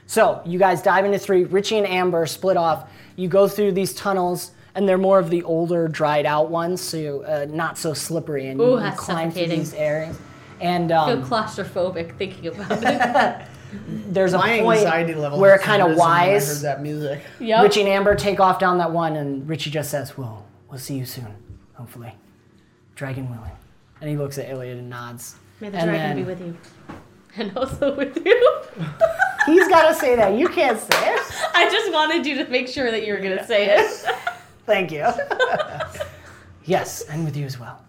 so you guys dive into three. Richie and Amber split off. You go through these tunnels, and they're more of the older, dried out ones, so you, uh, not so slippery. And
Ooh,
you
that's
climb through
suffocating.
these areas. And
I feel
um,
claustrophobic thinking about it.
there's a
My
point
anxiety level.
where it
has
kind of
risen when I heard
wise.
that music.
Yep.
Richie and Amber take off down that one, and Richie just says, "Well, we'll see you soon, hopefully, dragon willing." And he looks at Iliad and nods.
May the
and
dragon be
then-
with you. *laughs* and also with you. *laughs*
He's got to say that. You can't say it.
I just wanted you to make sure that you were gonna say it.
*laughs* Thank you. yes, and with you as well.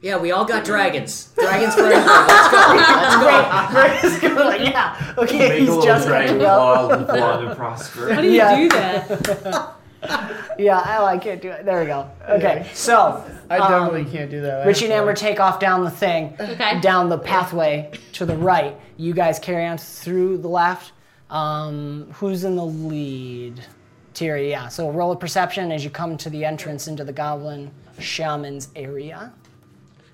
Yeah, we all got dragons. Dragons for everybody. Let's go. Let's go.
Ray's *laughs* gonna like, yeah. Okay,
Make a
he's
little
just
dragon
gonna go. *laughs*
wild, long and prosper.
How do you
Yeah.
do that?
Yeah, oh, I can't do it. There we go. Okay, so
I definitely can't do that. I
Um, Richie and
have to-
Amber take off down the thing,
Okay.
down the pathway to the right. You guys carry on through the left. Um, who's in the lead? Tiri, yeah. So roll a perception as you come to the entrance into the goblin shaman's area.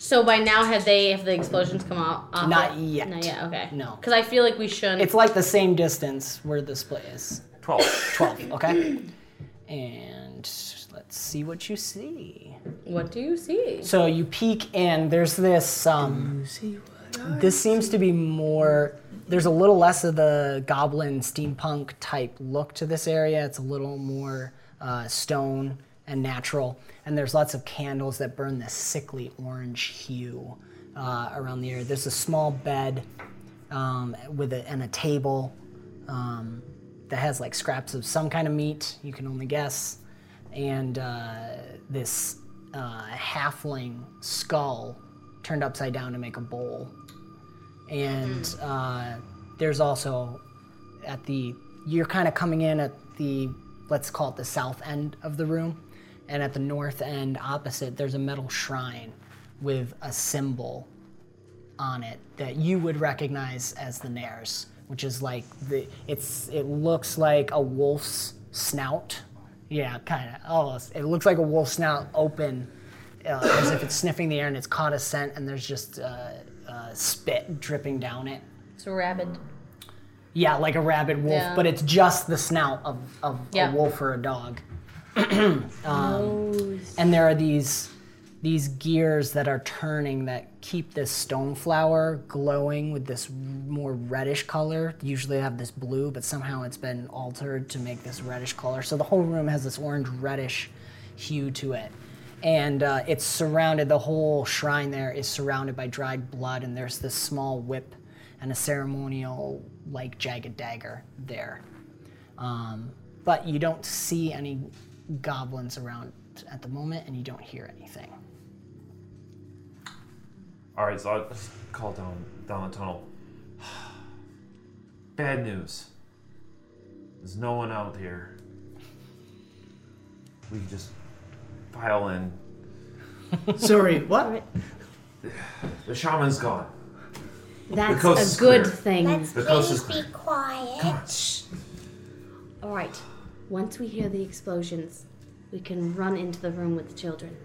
So by now, had they, if the explosions come off? off
Not
it?
yet.
Not yet. Okay.
No.
Because I feel like we shouldn't.
It's like the same distance where the split is.
12.
12, okay? *clears throat* And let's see what you see.
what do you see?
So you peek in. There's this. Um, this seems to be more. There's a little less of the goblin steampunk type look to this area. It's a little more uh, stone and natural. And there's lots of candles that burn this sickly orange hue uh, around the area. There's a small bed um, with a, and a table um, that has like scraps of some kind of meat. You can only guess and uh, this uh, halfling skull turned upside down to make a bowl. And uh, there's also at the you're kind of coming in at the let's call it the south end of the room, and at the north end opposite there's a metal shrine with a symbol on it that you would recognize as the Nares, which is like the it's it looks like a wolf's snout. Yeah, kind of. Almost. It looks like a wolf's snout open, uh, as if it's sniffing the air and it's caught a scent, and there's just uh, uh, spit dripping down it.
It's a rabid.
Yeah, like a rabid wolf,
Yeah.
but it's just the snout of, of
Yeah.
a wolf or a dog. *clears throat* um, and there are these these gears that are turning that keep this stone flower glowing with this more reddish color. Usually they have this blue, but somehow it's been altered to make this reddish color. So the whole room has this orange reddish hue to it. And uh, it's surrounded, the whole shrine there is surrounded by dried blood, and there's this small whip and a ceremonial, like, jagged dagger there. Um, but you don't see any goblins around at the moment, and you don't hear anything.
All right, so I'll just call down down the tunnel. *sighs* Bad news. There's no one out here. We can just file in.
Sorry, what?
The shaman's gone.
That's
coast
a
is
good
clear.
thing.
Let's
The coast
please
is
be quiet.
All right. Once we hear the explosions, we can run into the room with the children.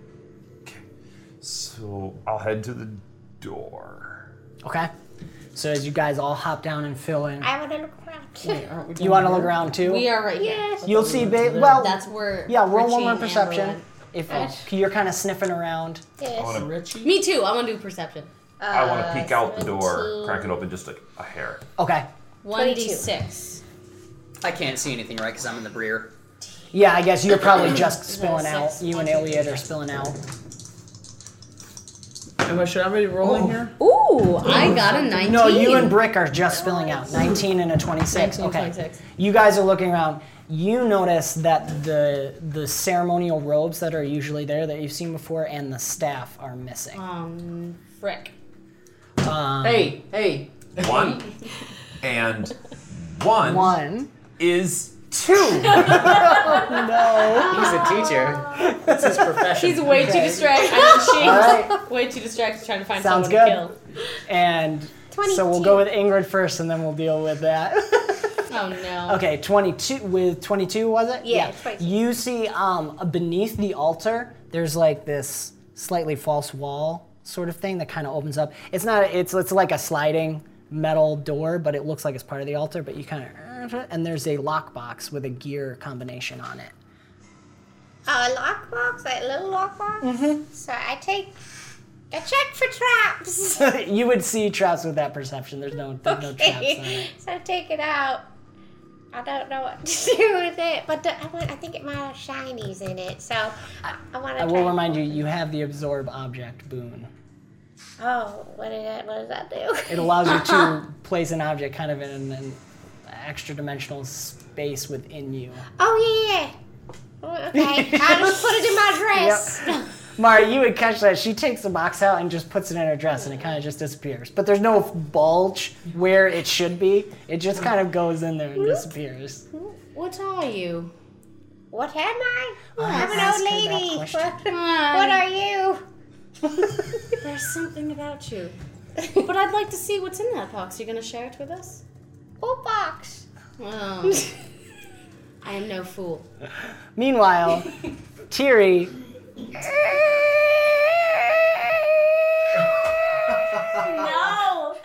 So I'll head to the door.
Okay? So as you guys all hop down and fill in,
I want to look around too.
you want to look around too.
We are right here.
You'll see, ba- well,
That's where.
yeah. Roll one
Richie
more
and Amber
perception.
went.
If if you're kind of sniffing around,
Yes.
Richie?
Me too. I want to do perception.
I want to peek out the door,
17.
crack it open just like a hair.
okay.
One d six.
I can't see anything right because I'm in the rear.
Yeah, I guess you're probably
*coughs*
just spilling out.
six?
You and Iliad are spilling out.
Am I should I be rolling here?
Ooh, I got a nineteen.
No, you and Brick are just spilling out. 19 and a 26.
19,
okay.
26.
You guys are looking around. You notice that the the ceremonial robes that are usually there that you've seen before and the staff are missing.
um, frick.
Hey, hey.
One and one,
One.
is two.
He's a teacher. It's his profession.
She's way too distracted.
*laughs*
I mean, she's way too distracted trying to find
Sounds
someone
good. *laughs* And so
22.
we'll go with Ingrid first and then we'll deal with that. *laughs*
to kill. Oh no.
Okay, 22 with 22 was it?
Yeah, 22.
You see um beneath the altar there's like this slightly false wall sort of thing that kind of opens up. It's not it's it's like a sliding metal door, but it looks like it's part of the altar, but you kind of and there's a lockbox with a gear combination on it.
Oh, a lockbox, like a little lockbox. So I take a check for
*laughs*
traps.
you would see traps with that perception. There's no
*laughs*
there's no traps on it.
so I take it out. I don't know what to *laughs* do with it, but the, I, want, I think it might have shinies in it. So I, I want to.
I will remind you you have the absorb object boon.
Oh, what did that? What does that do?
It allows you
*laughs*
to place an object kind of in an, an extra dimensional space within you.
Oh yeah, yeah. Oh, Okay, I'll just put it in my dress.
Mari, you would catch that. She takes the box out and just puts it in her dress, and it kind of just disappears. But there's no bulge where it should be. It just kind of goes in there and disappears.
What are you?
What am I?
I
I'm an
asked her
old
that
lady.
question.
Ah,
*laughs* What are you?
*laughs* There's something about you. But I'd like to see what's in that box. You're gonna share it with us?
What box?
Oh. *laughs* I am no fool.
*laughs*
Meanwhile, Tiri,
No!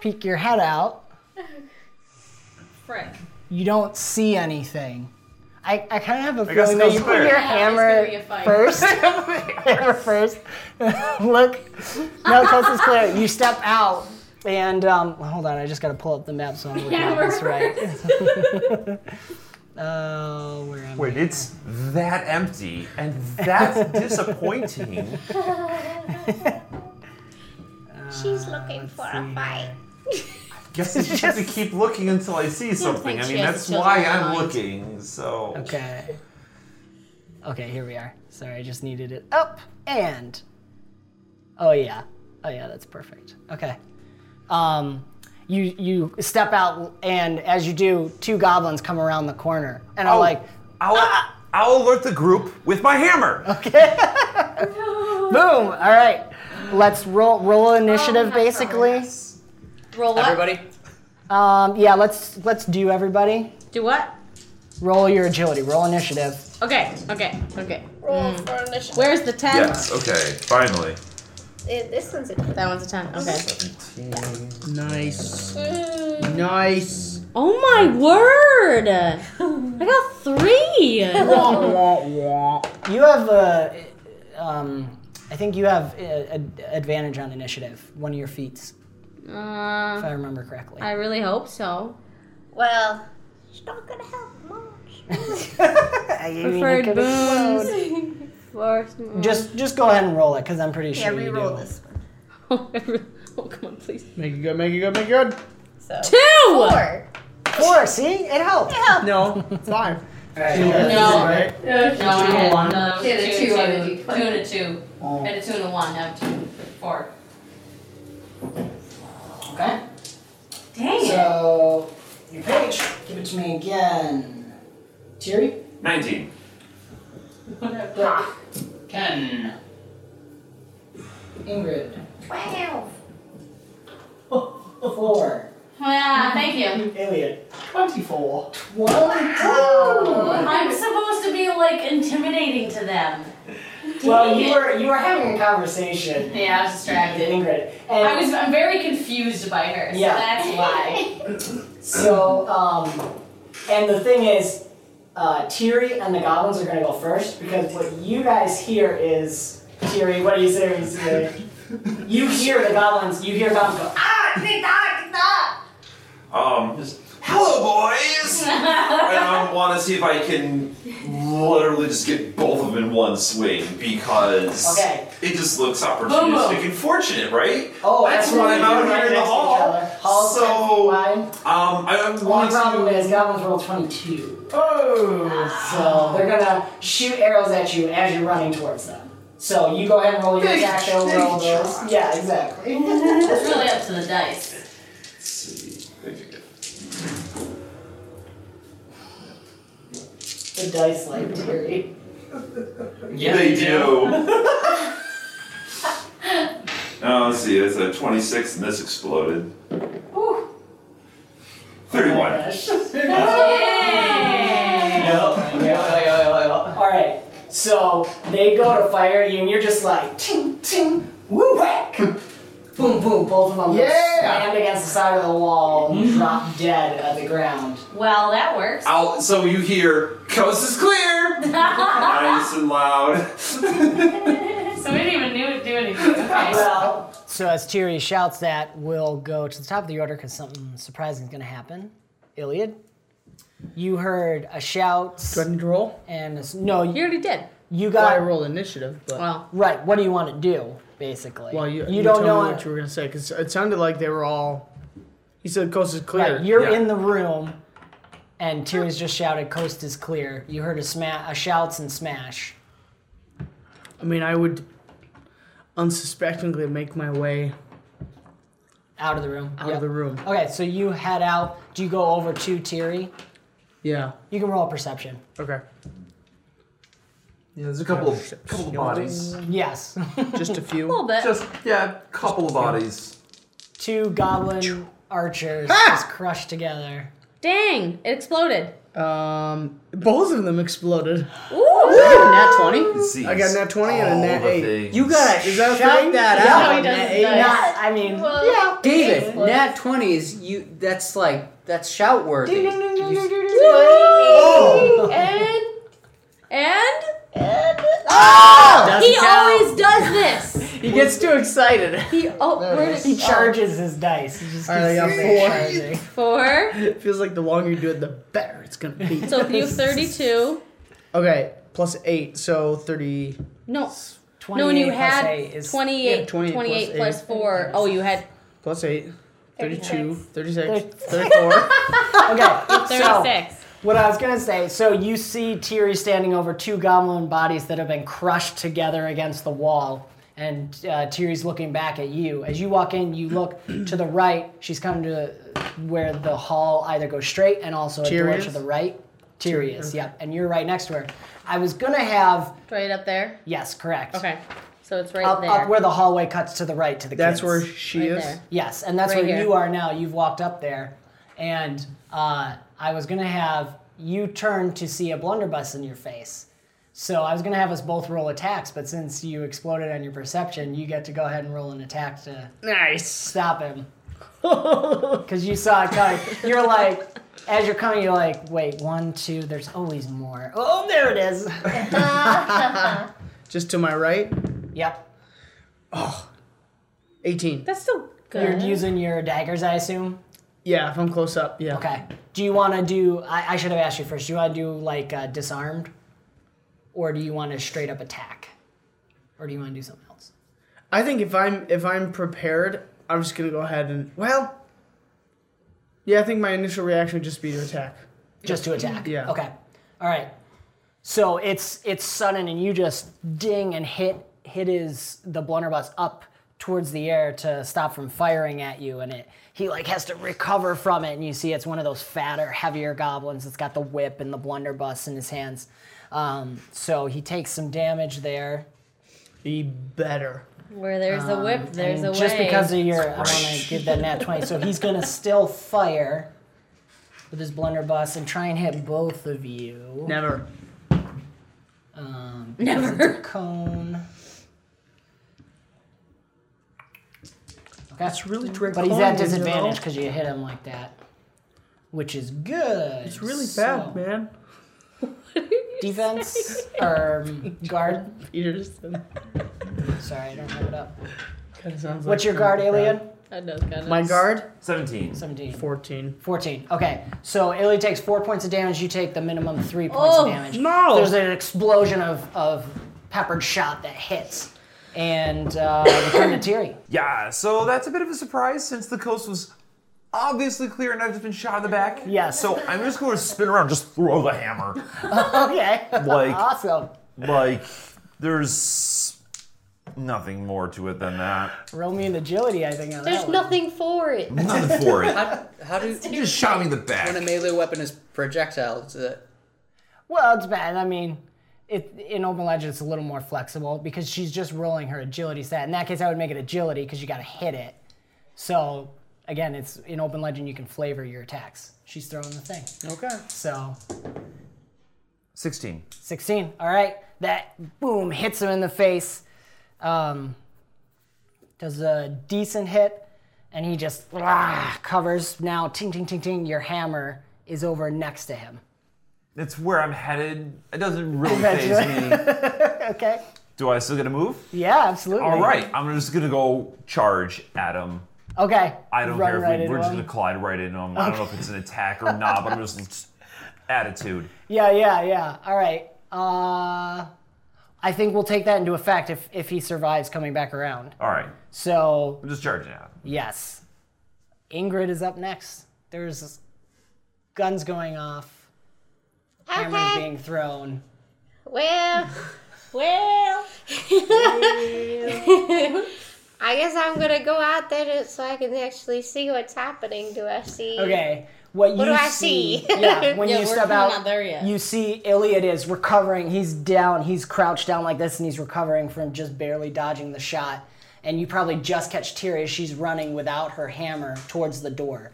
peek your head out.
Frick.
You don't see anything. I, I kind of have a
guess
feeling that
it goes
you put
clear.
your
Yeah, it's gonna
hammer
be a fight.
first. hammer first. *laughs* Look. No, coast is clear. You step out. And um, hold on, I just got to pull up the map so I'm
*laughs*
looking at this right. uh, where am I?
Wait, it's that empty and
*laughs*
that's disappointing.
She's looking
Uh,
for a fight.
Guess I just have to keep looking until I see something.
think
I
she
mean,
has
that's
the children
why
in
I'm
mind.
looking. So
Okay. Okay, here we are. Sorry, I just needed it up and. Oh yeah, oh yeah, that's perfect. Okay. Um, you you step out and as you do, two goblins come around the corner and are
I'll-
like,
I'll,
Ah!
I'll alert the group with my hammer.
boom! All right, let's roll roll initiative basically.
Roll what?
Everybody,
Um, yeah, let's let's do everybody.
Do what?
Roll your agility. Roll initiative.
Okay, okay, okay.
Roll for initiative.
Where's the 10?
Yes, okay, finally.
Eh, This one's a
That one's a 10. Okay.
Nice. Nice.
Oh my *laughs* word! I got *laughs* three!
You have a, um, I think you have a, a- advantage on initiative. One of your feats, if
Uh,
I remember correctly.
I really hope so.
Well, it's not gonna help much.
Preferred boons. *laughs* For-
Just just go ahead and roll it, cause I'm pretty sure you do.
one.
oh, I really- oh, come on, please.
Make it good. Make it good. Make it good.
So
Two!
Uh,
Four.
Four. See, it helped.
No. *laughs* Five.
No.
Right?
No, I had
Yeah,
no,
the two on the
two, and a two.
Oh.
I had a two and a one, now two, four.
Okay.
Dang
So your page, give it to me again. Tiri.
19.
Ken. Ingrid.
Twelve.
*laughs* Four.
Ah, thank you.
Iliad. Twenty-four. Twenty.
I'm supposed to be like intimidating to them.
Well, you were you were having a conversation.
Yeah, I was
with
distracted.
Ingrid. And
I was I'm very confused by her, so
Yeah.
that's why.
So, um, and the thing is, uh, Tiri and the goblins are gonna go first because what you guys hear is Tiri. What do you say? You, say? you hear the goblins. You hear goblins go. Ah!
Um, just, hello,
*laughs*
boys! and I want to see if I can literally just get both of them in one swing because
Okay.
it just looks
Boom, boom.
opportunistic and fortunate, right?
Oh,
that's why I'm out
absolutely.
here in the
Right
hall.
next to each other. Hall's ten feet
so,
wide.
um, I
One
want
problem
to.
is goblins roll twenty-two,
Oh.
so they're gonna shoot arrows at you as you're running towards them. So you go ahead and roll your
Big-
attack. They'll
big
roll those. Yeah,
*laughs*
exactly. *laughs*
It's really up to the dice.
Let's see.
The dice like Tiri.
they do.
*laughs*
*laughs* oh, let's see. That's a 26, and this exploded.
Oh
31.
All right. So they go to fire you, and you're just like, ting, ting, woo, whack, boom, boom. Both of them just
Yeah.
slammed against the side of the wall,
Mm-hmm.
and drop dead at the ground.
Well, that works.
I'll, so you hear, coast is
*laughs*
clear! nice and loud.
So we didn't even knew, do *laughs* anything. Okay.
Well, so as Tiri shouts that, we'll go to the top of the order because something surprising is going to happen. Iliad, you heard a shout
Do I need to roll?
and a s- no, you
You already did.
You
Well, I
got
roll initiative, but
Well,
right. What do you want to do, basically?
well, you,
you, don't
told
know
me what you were gonna say because it sounded like they were all. You said coast is clear.
Right, you're
Yeah.
in the room, and Tyrion's just shouted, "Coast is clear." You heard a sma- a shouts and smash.
I mean, I would unsuspectingly make my way
Out of the room.
out of the room.
Okay, so you head out. Do you go over to Tiri?
Yeah.
You can roll a perception.
Okay.
Yeah, there's a couple of
Shit.
couple of bodies.
Yes. *laughs*
Just a
a little
few.
bit.
Just
Yeah, couple of bodies.
Two goblin archers just crushed together.
Dang, it exploded.
Um, *laughs* both of them exploded.
Nat 20?
I got nat 20 and a nat eight.
You gotta
Is that a
shout
thing?
that
No,
out.
he doesn't.
Nat eight.
Nice.
Not, I mean,
Well,
David,
Explode.
nat 20s, you, that's like, that's shout worthy. You-
And and he
Ah!
Doesn't count.
always does this.
he gets too
*laughs*
excited.
He oh, where did
he charges his dice. He just
All right, I got four.
charging.
four?
It feels like the longer you do it, the better it's gonna be.
So if you have thirty-two,
okay, plus eight, so thirty.
no, no, and you
28 plus
had
eight is
28,
Yeah,
28,
28 plus
28 plus,
eight.
four. Oh, you had
plus 8, 32, 36,
Thirty- *laughs*
34.
Okay, so
thirty-six.
what I was gonna say, so you see Tiri standing over two goblin bodies that have been crushed together against the wall, and uh, Tiri's looking back at you. As you walk in, you
*clears throat*
look to the right. She's come to where the hall either goes straight and also a door
Tyri
to
is?
the right. Tiri is, yep, and you're right next to her. I was gonna have
right up there.
yes, correct.
Okay, so it's right
Up,
there.
up where the hallway cuts to the right to the
That's
kids.
where she
Right
is.
there.
Yes, and that's
Right
where
here.
you are now. You've walked up there, and uh, I was gonna have you turn to see a blunderbuss in your face. So I was gonna have us both roll attacks, but since you exploded on your perception, you get to go ahead and roll an attack to
Nice.
stop
*laughs*
him. Because you saw it coming. You're like, as you're coming, you're like, wait, one, two. There's always more. Oh, there it is.
Just to my right,
yep.
18.
That's still good.
You're using your daggers, I assume.
Yeah, if I'm close up, yeah.
Okay. Do you want to do? I, I should have asked you first. Do you want to do like uh, disarmed, or do you want to straight up attack, or do you want to do something else?
I think if I'm if I'm prepared, I'm just gonna go ahead and well. Yeah, I think my initial reaction would just be to attack.
Just to attack.
Yeah.
Okay. All right. So it's it's sudden, and you just ding and hit hit his the blunderbuss up towards the air to stop from firing at you, and it he like has to recover from it, and you see it's one of those fatter, heavier goblins that's got the whip and the blunderbuss in his hands. Um, so he takes some damage there.
Be better.
Where there's a whip, there's a way.
Um, just because of your, I want to give that nat 20. So he's going to still fire with his blunderbuss and try and hit both of you.
Never.
*laughs*
Um, Never. Cone. Okay. That's
really draconian,
But he's
you
at
know?
disadvantage because you hit him like that, which is good.
It's really
So,
bad, man.
*laughs*
Defense or guard?
Peterson.
Sorry, I don't have it up.
Kinda sounds
What's
like
your guard, alien?
I know, kind of.
My guard?
17.
17. *laughs*
14.
14. Okay. So Illy takes four points of damage. You take the minimum three points
Oh,
of damage.
no!
There's an explosion of, of peppered shot that hits. And uh, we come
*coughs*
to Tiri.
Yeah, so that's a bit of a surprise since the coast was obviously clear and I've just been shot in the back.
Yes.
So I'm just going to spin around, and just throw the hammer.
Okay. *laughs*
Like,
awesome.
like there's nothing more to it than that.
Roll me an agility, I think. On
There's
that one.
nothing for it.
Nothing for it.
*laughs*
How do
You just shot me in the
when a
back.
melee weapon is projectile? Is it-
Well, it's bad. I mean, it, in Open Legend, it's a little more flexible because she's just rolling her agility stat. In that case, I would make it agility because you got to hit it. So, again, it's in Open Legend, you can flavor your attacks. She's throwing the thing.
Okay.
So,
16.
16. All right. That boom hits him in the face. Um, does a decent hit, and he just ah, covers. Now, ting, ting, ting, ting. Your hammer is over next to him.
That's where I'm headed. It
*laughs*
doesn't really phase me.
Okay.
Do I still get a move?
Yeah, absolutely.
All right, I'm just gonna go charge at him.
Okay.
I don't
Run
care if
right
we,
into
we're just
him.
gonna collide right into him. I don't know if it's an attack or not, but I'm just attitude.
Yeah, yeah, yeah. All right. Uh, I think we'll take that into effect if, if he survives coming back around.
All right.
So,
I'm just charging out.
yes. Ingrid is up next. There's guns going off, hammers
Okay.
being thrown.
Well, well. I guess I'm gonna go out there to, so I can actually see what's happening. Do I see?
Okay. What,
What do
you
I
see?
see?
Yeah, when
Yeah,
you
we're
step
not
out,
there yet.
*laughs*
you see Iliad is recovering. He's down. He's crouched down like this, and he's recovering from just barely dodging the shot. And you probably just catch Tyr as she's running without her hammer towards the door.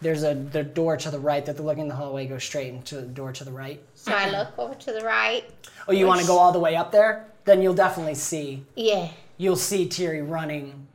There's a the door to the right that they're looking in the hallway. Go straight into the door to the right.
So I look over to the right.
Oh, you want to go all the way up there? Then you'll definitely see.
Yeah.
You'll see Tyr running,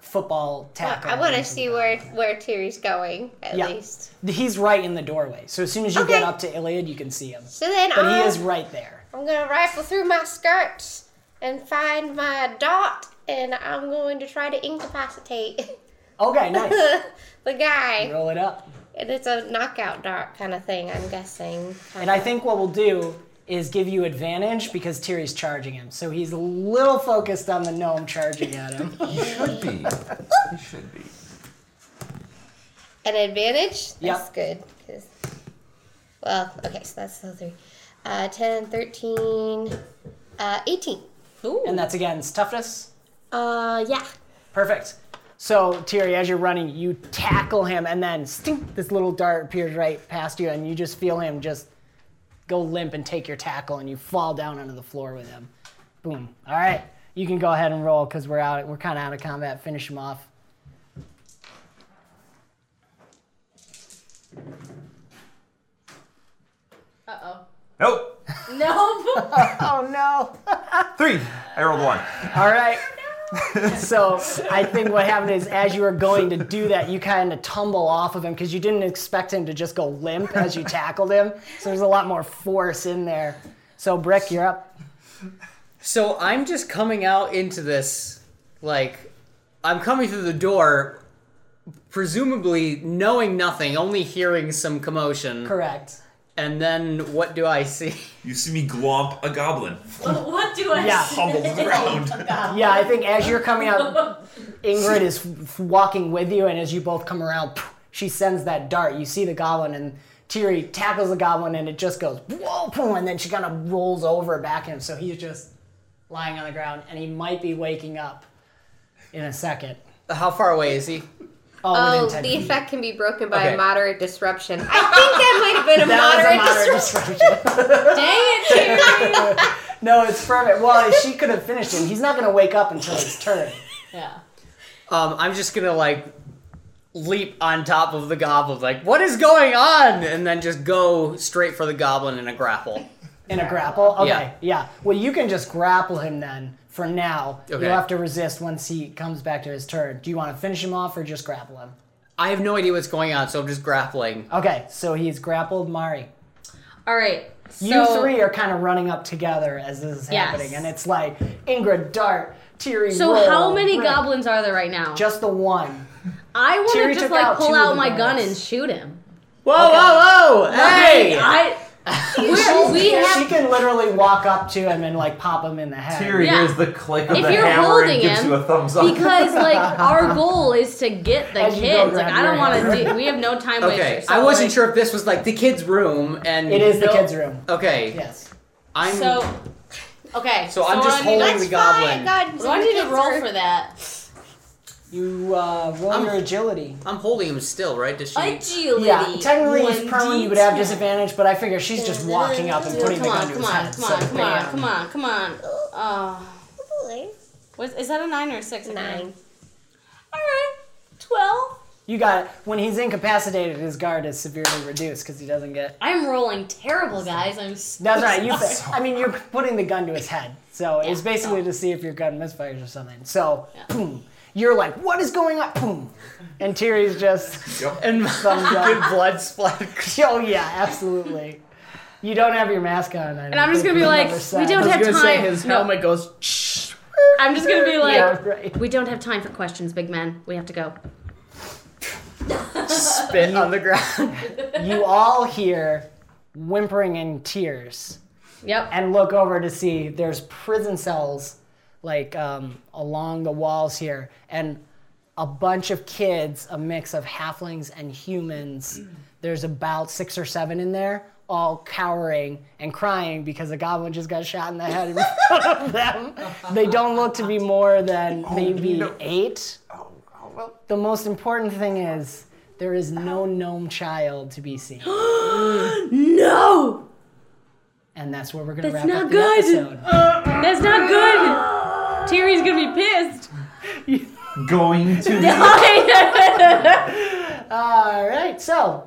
football tackle.
I want to see where where Tiri's going at
Yeah.
least.
He's right in the doorway. So as soon as you
Okay.
get up to Iliad, you can see him.
So then
But
I'll,
he is right there.
I'm gonna rifle through my skirts and find my dot, and I'm going to try to incapacitate *laughs*
Okay, nice.
the guy.
Roll it up.
And it's a knockout dart kind of thing, I'm guessing.
And I think what we'll do is give you advantage because Tiri's charging him. So he's a little focused on the gnome charging at him.
Should be. It should be.
An advantage? That's
Yep.
good. 'cause- well, okay, so that's the three. Uh, 10, 13, uh, 18.
and that's against toughness.
Uh, yeah.
Perfect. So Tiri, as you're running, you tackle him and then stink, this little dart appears right past you and you just feel him just go limp and take your tackle and you fall down onto the floor with him. Boom. All right. You can go ahead and roll because we're out. We're kind of out of combat. Finish him off.
Uh
Nope.
oh. Nope.
Oh no.
Three. I rolled one.
All right. *laughs* so I think what happened is, as you were going to do that, you kind of tumble off of him because you didn't expect him to just go limp as you tackled him. So there's a lot more force in there. So Brick, you're up.
So I'm just coming out into this, like, I'm coming through the door, presumably knowing nothing, only hearing some commotion.
Correct.
And then what do I see? *laughs*
You see me glomp a goblin.
what, what do I
Yeah.
see?
Fumble to the ground.
Yeah, I think as you're
*laughs*
coming out, Ingrid is f- walking with you, and as you both come around, she sends that dart. You see the goblin, and Tiri tackles the goblin, and it just goes whoa, boom, and then she kind of rolls over back at him. So he's just lying on the ground, and he might be waking up in a second.
How far away is he?
Oh,
Oh,
within 10
the
feet.
effect can be broken by
Okay.
a moderate disruption. I think that might have been a
That
moderate,
was
disruption.
a moderate
*laughs*
disruption.
Dang it, Terry.
*laughs* no, it's perfect. Well, she could have finished him. He's not going to wake up until his turn.
yeah.
Um, I'm just gonna like leap on top of the goblin, like, what is going on? And then just go straight for the goblin in a grapple.
In a grapple? Okay, yeah.
Yeah.
Well, you can just grapple him then for now.
Okay.
You'll have to resist once he comes back to his turn. Do you want to finish him off or just grapple him?
I have no idea what's going on, so I'm just grappling.
Okay, so he's grappled Mari.
All right. So,
You three are kind of running up together as this is
Yes.
happening, and it's like Ingrid, Dart, Tiri.
So
roll,
how many
Rick.
goblins are there right now?
Just the one.
I want
Terry
to just
took
like
out two
pull
of the
out my gun
goblins.
and shoot him.
Whoa, whoa, whoa! Hey!
*laughs*
I. We're, we
she
have.
can literally walk up to him and like pop him in the head.
Here
Yeah.
hears the click of
If
the
you're
hammer
holding
and gives
him,
you a thumbs up.
Because
*laughs*
like our goal is to get the
As you go
kids. Like
grab
I don't
your
want
hammer.
to. Do, we have no time
Okay,
wasted.
I wasn't
like,
sure if this was like the kid's room and.
It is the kid's room.
Okay,
Yes.
I'm.
So.
So,
Okay.
I'm
what
just
I need-
holding the goblin.
God,
So I need to roll for that.
You uh, roll
I'm-
your agility.
I'm holding him still, right? Does she?
Agility.
Yeah, technically he's
1d10.
prone. You would have disadvantage, but I figure she's just walking up and putting
Come
the
on!
gun to
Come
his
on!
head.
Come on!
so
Come
bam.
on! Come on! Come on! Oh, was, is that a nine or a six?
Nine.
All right. Twelve.
You got it. When he's incapacitated, his guard is severely reduced because he doesn't get.
I'm rolling terrible, guys. I'm. s-
That's right.
*laughs*
You. I mean, you're putting the gun to his head, so it's basically to see if your gun misfires or something. So, boom. You're like, what is going on? Boom. And Tiri's just, *laughs*
And
Thumbs up.
good blood splattered.
oh yeah, absolutely. You don't have your mask on. I
And I'm just gonna be like, we don't
I
have
was gonna
time.
say his
no,
helmet goes. *laughs*
I'm just gonna be like,
*laughs* Yeah, right.
we don't have time for questions, big man. We have to go.
spit on the ground.
you all hear whimpering and tears
Yep.
and look over to see there's prison cells like um, along the walls here and a bunch of kids a mix of halflings and humans there's about six or seven in there all cowering and crying because a goblin just got shot in the head in front of them they don't look to be more than
Oh,
maybe eight the most important thing is there is no gnome child to be seen
*gasps* No!
and that's where we're going to
That's
wrap
not
up
good.
the episode
That's not good! Terry's gonna be pissed.
Going to.
All right, so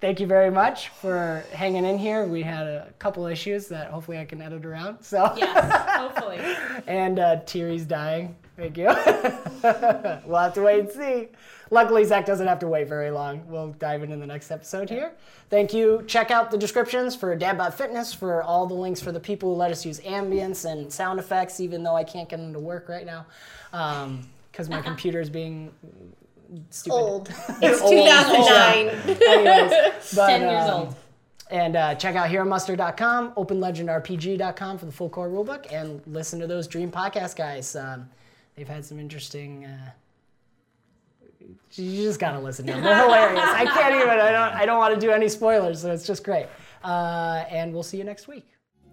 thank you very much for hanging in here. We had a couple issues that hopefully I can edit around. So
yes, *laughs* hopefully.
and uh, Tiri's dying. Thank you. *laughs* we'll have to wait and see. Luckily, Zach doesn't have to wait very long. We'll dive into the next episode here. Thank you. Check out the descriptions for Dadbot Fitness for all the links for the people who let us use ambience and sound effects, even though I can't get them to work right now
*laughs*
because my computer's being stupid. *laughs*
Old. It's 2009.
Anyways, but,
10 years
um,
old.
And uh, check out heromuster.com, openlegendrpg.com for the full core rulebook, and listen to those Dream Podcast guys. Um, they've had some interesting. Uh, you just gotta listen to them. They're hilarious. I can't even. I don't. I don't want to do any spoilers, so it's just great. Uh, and we'll see you next week.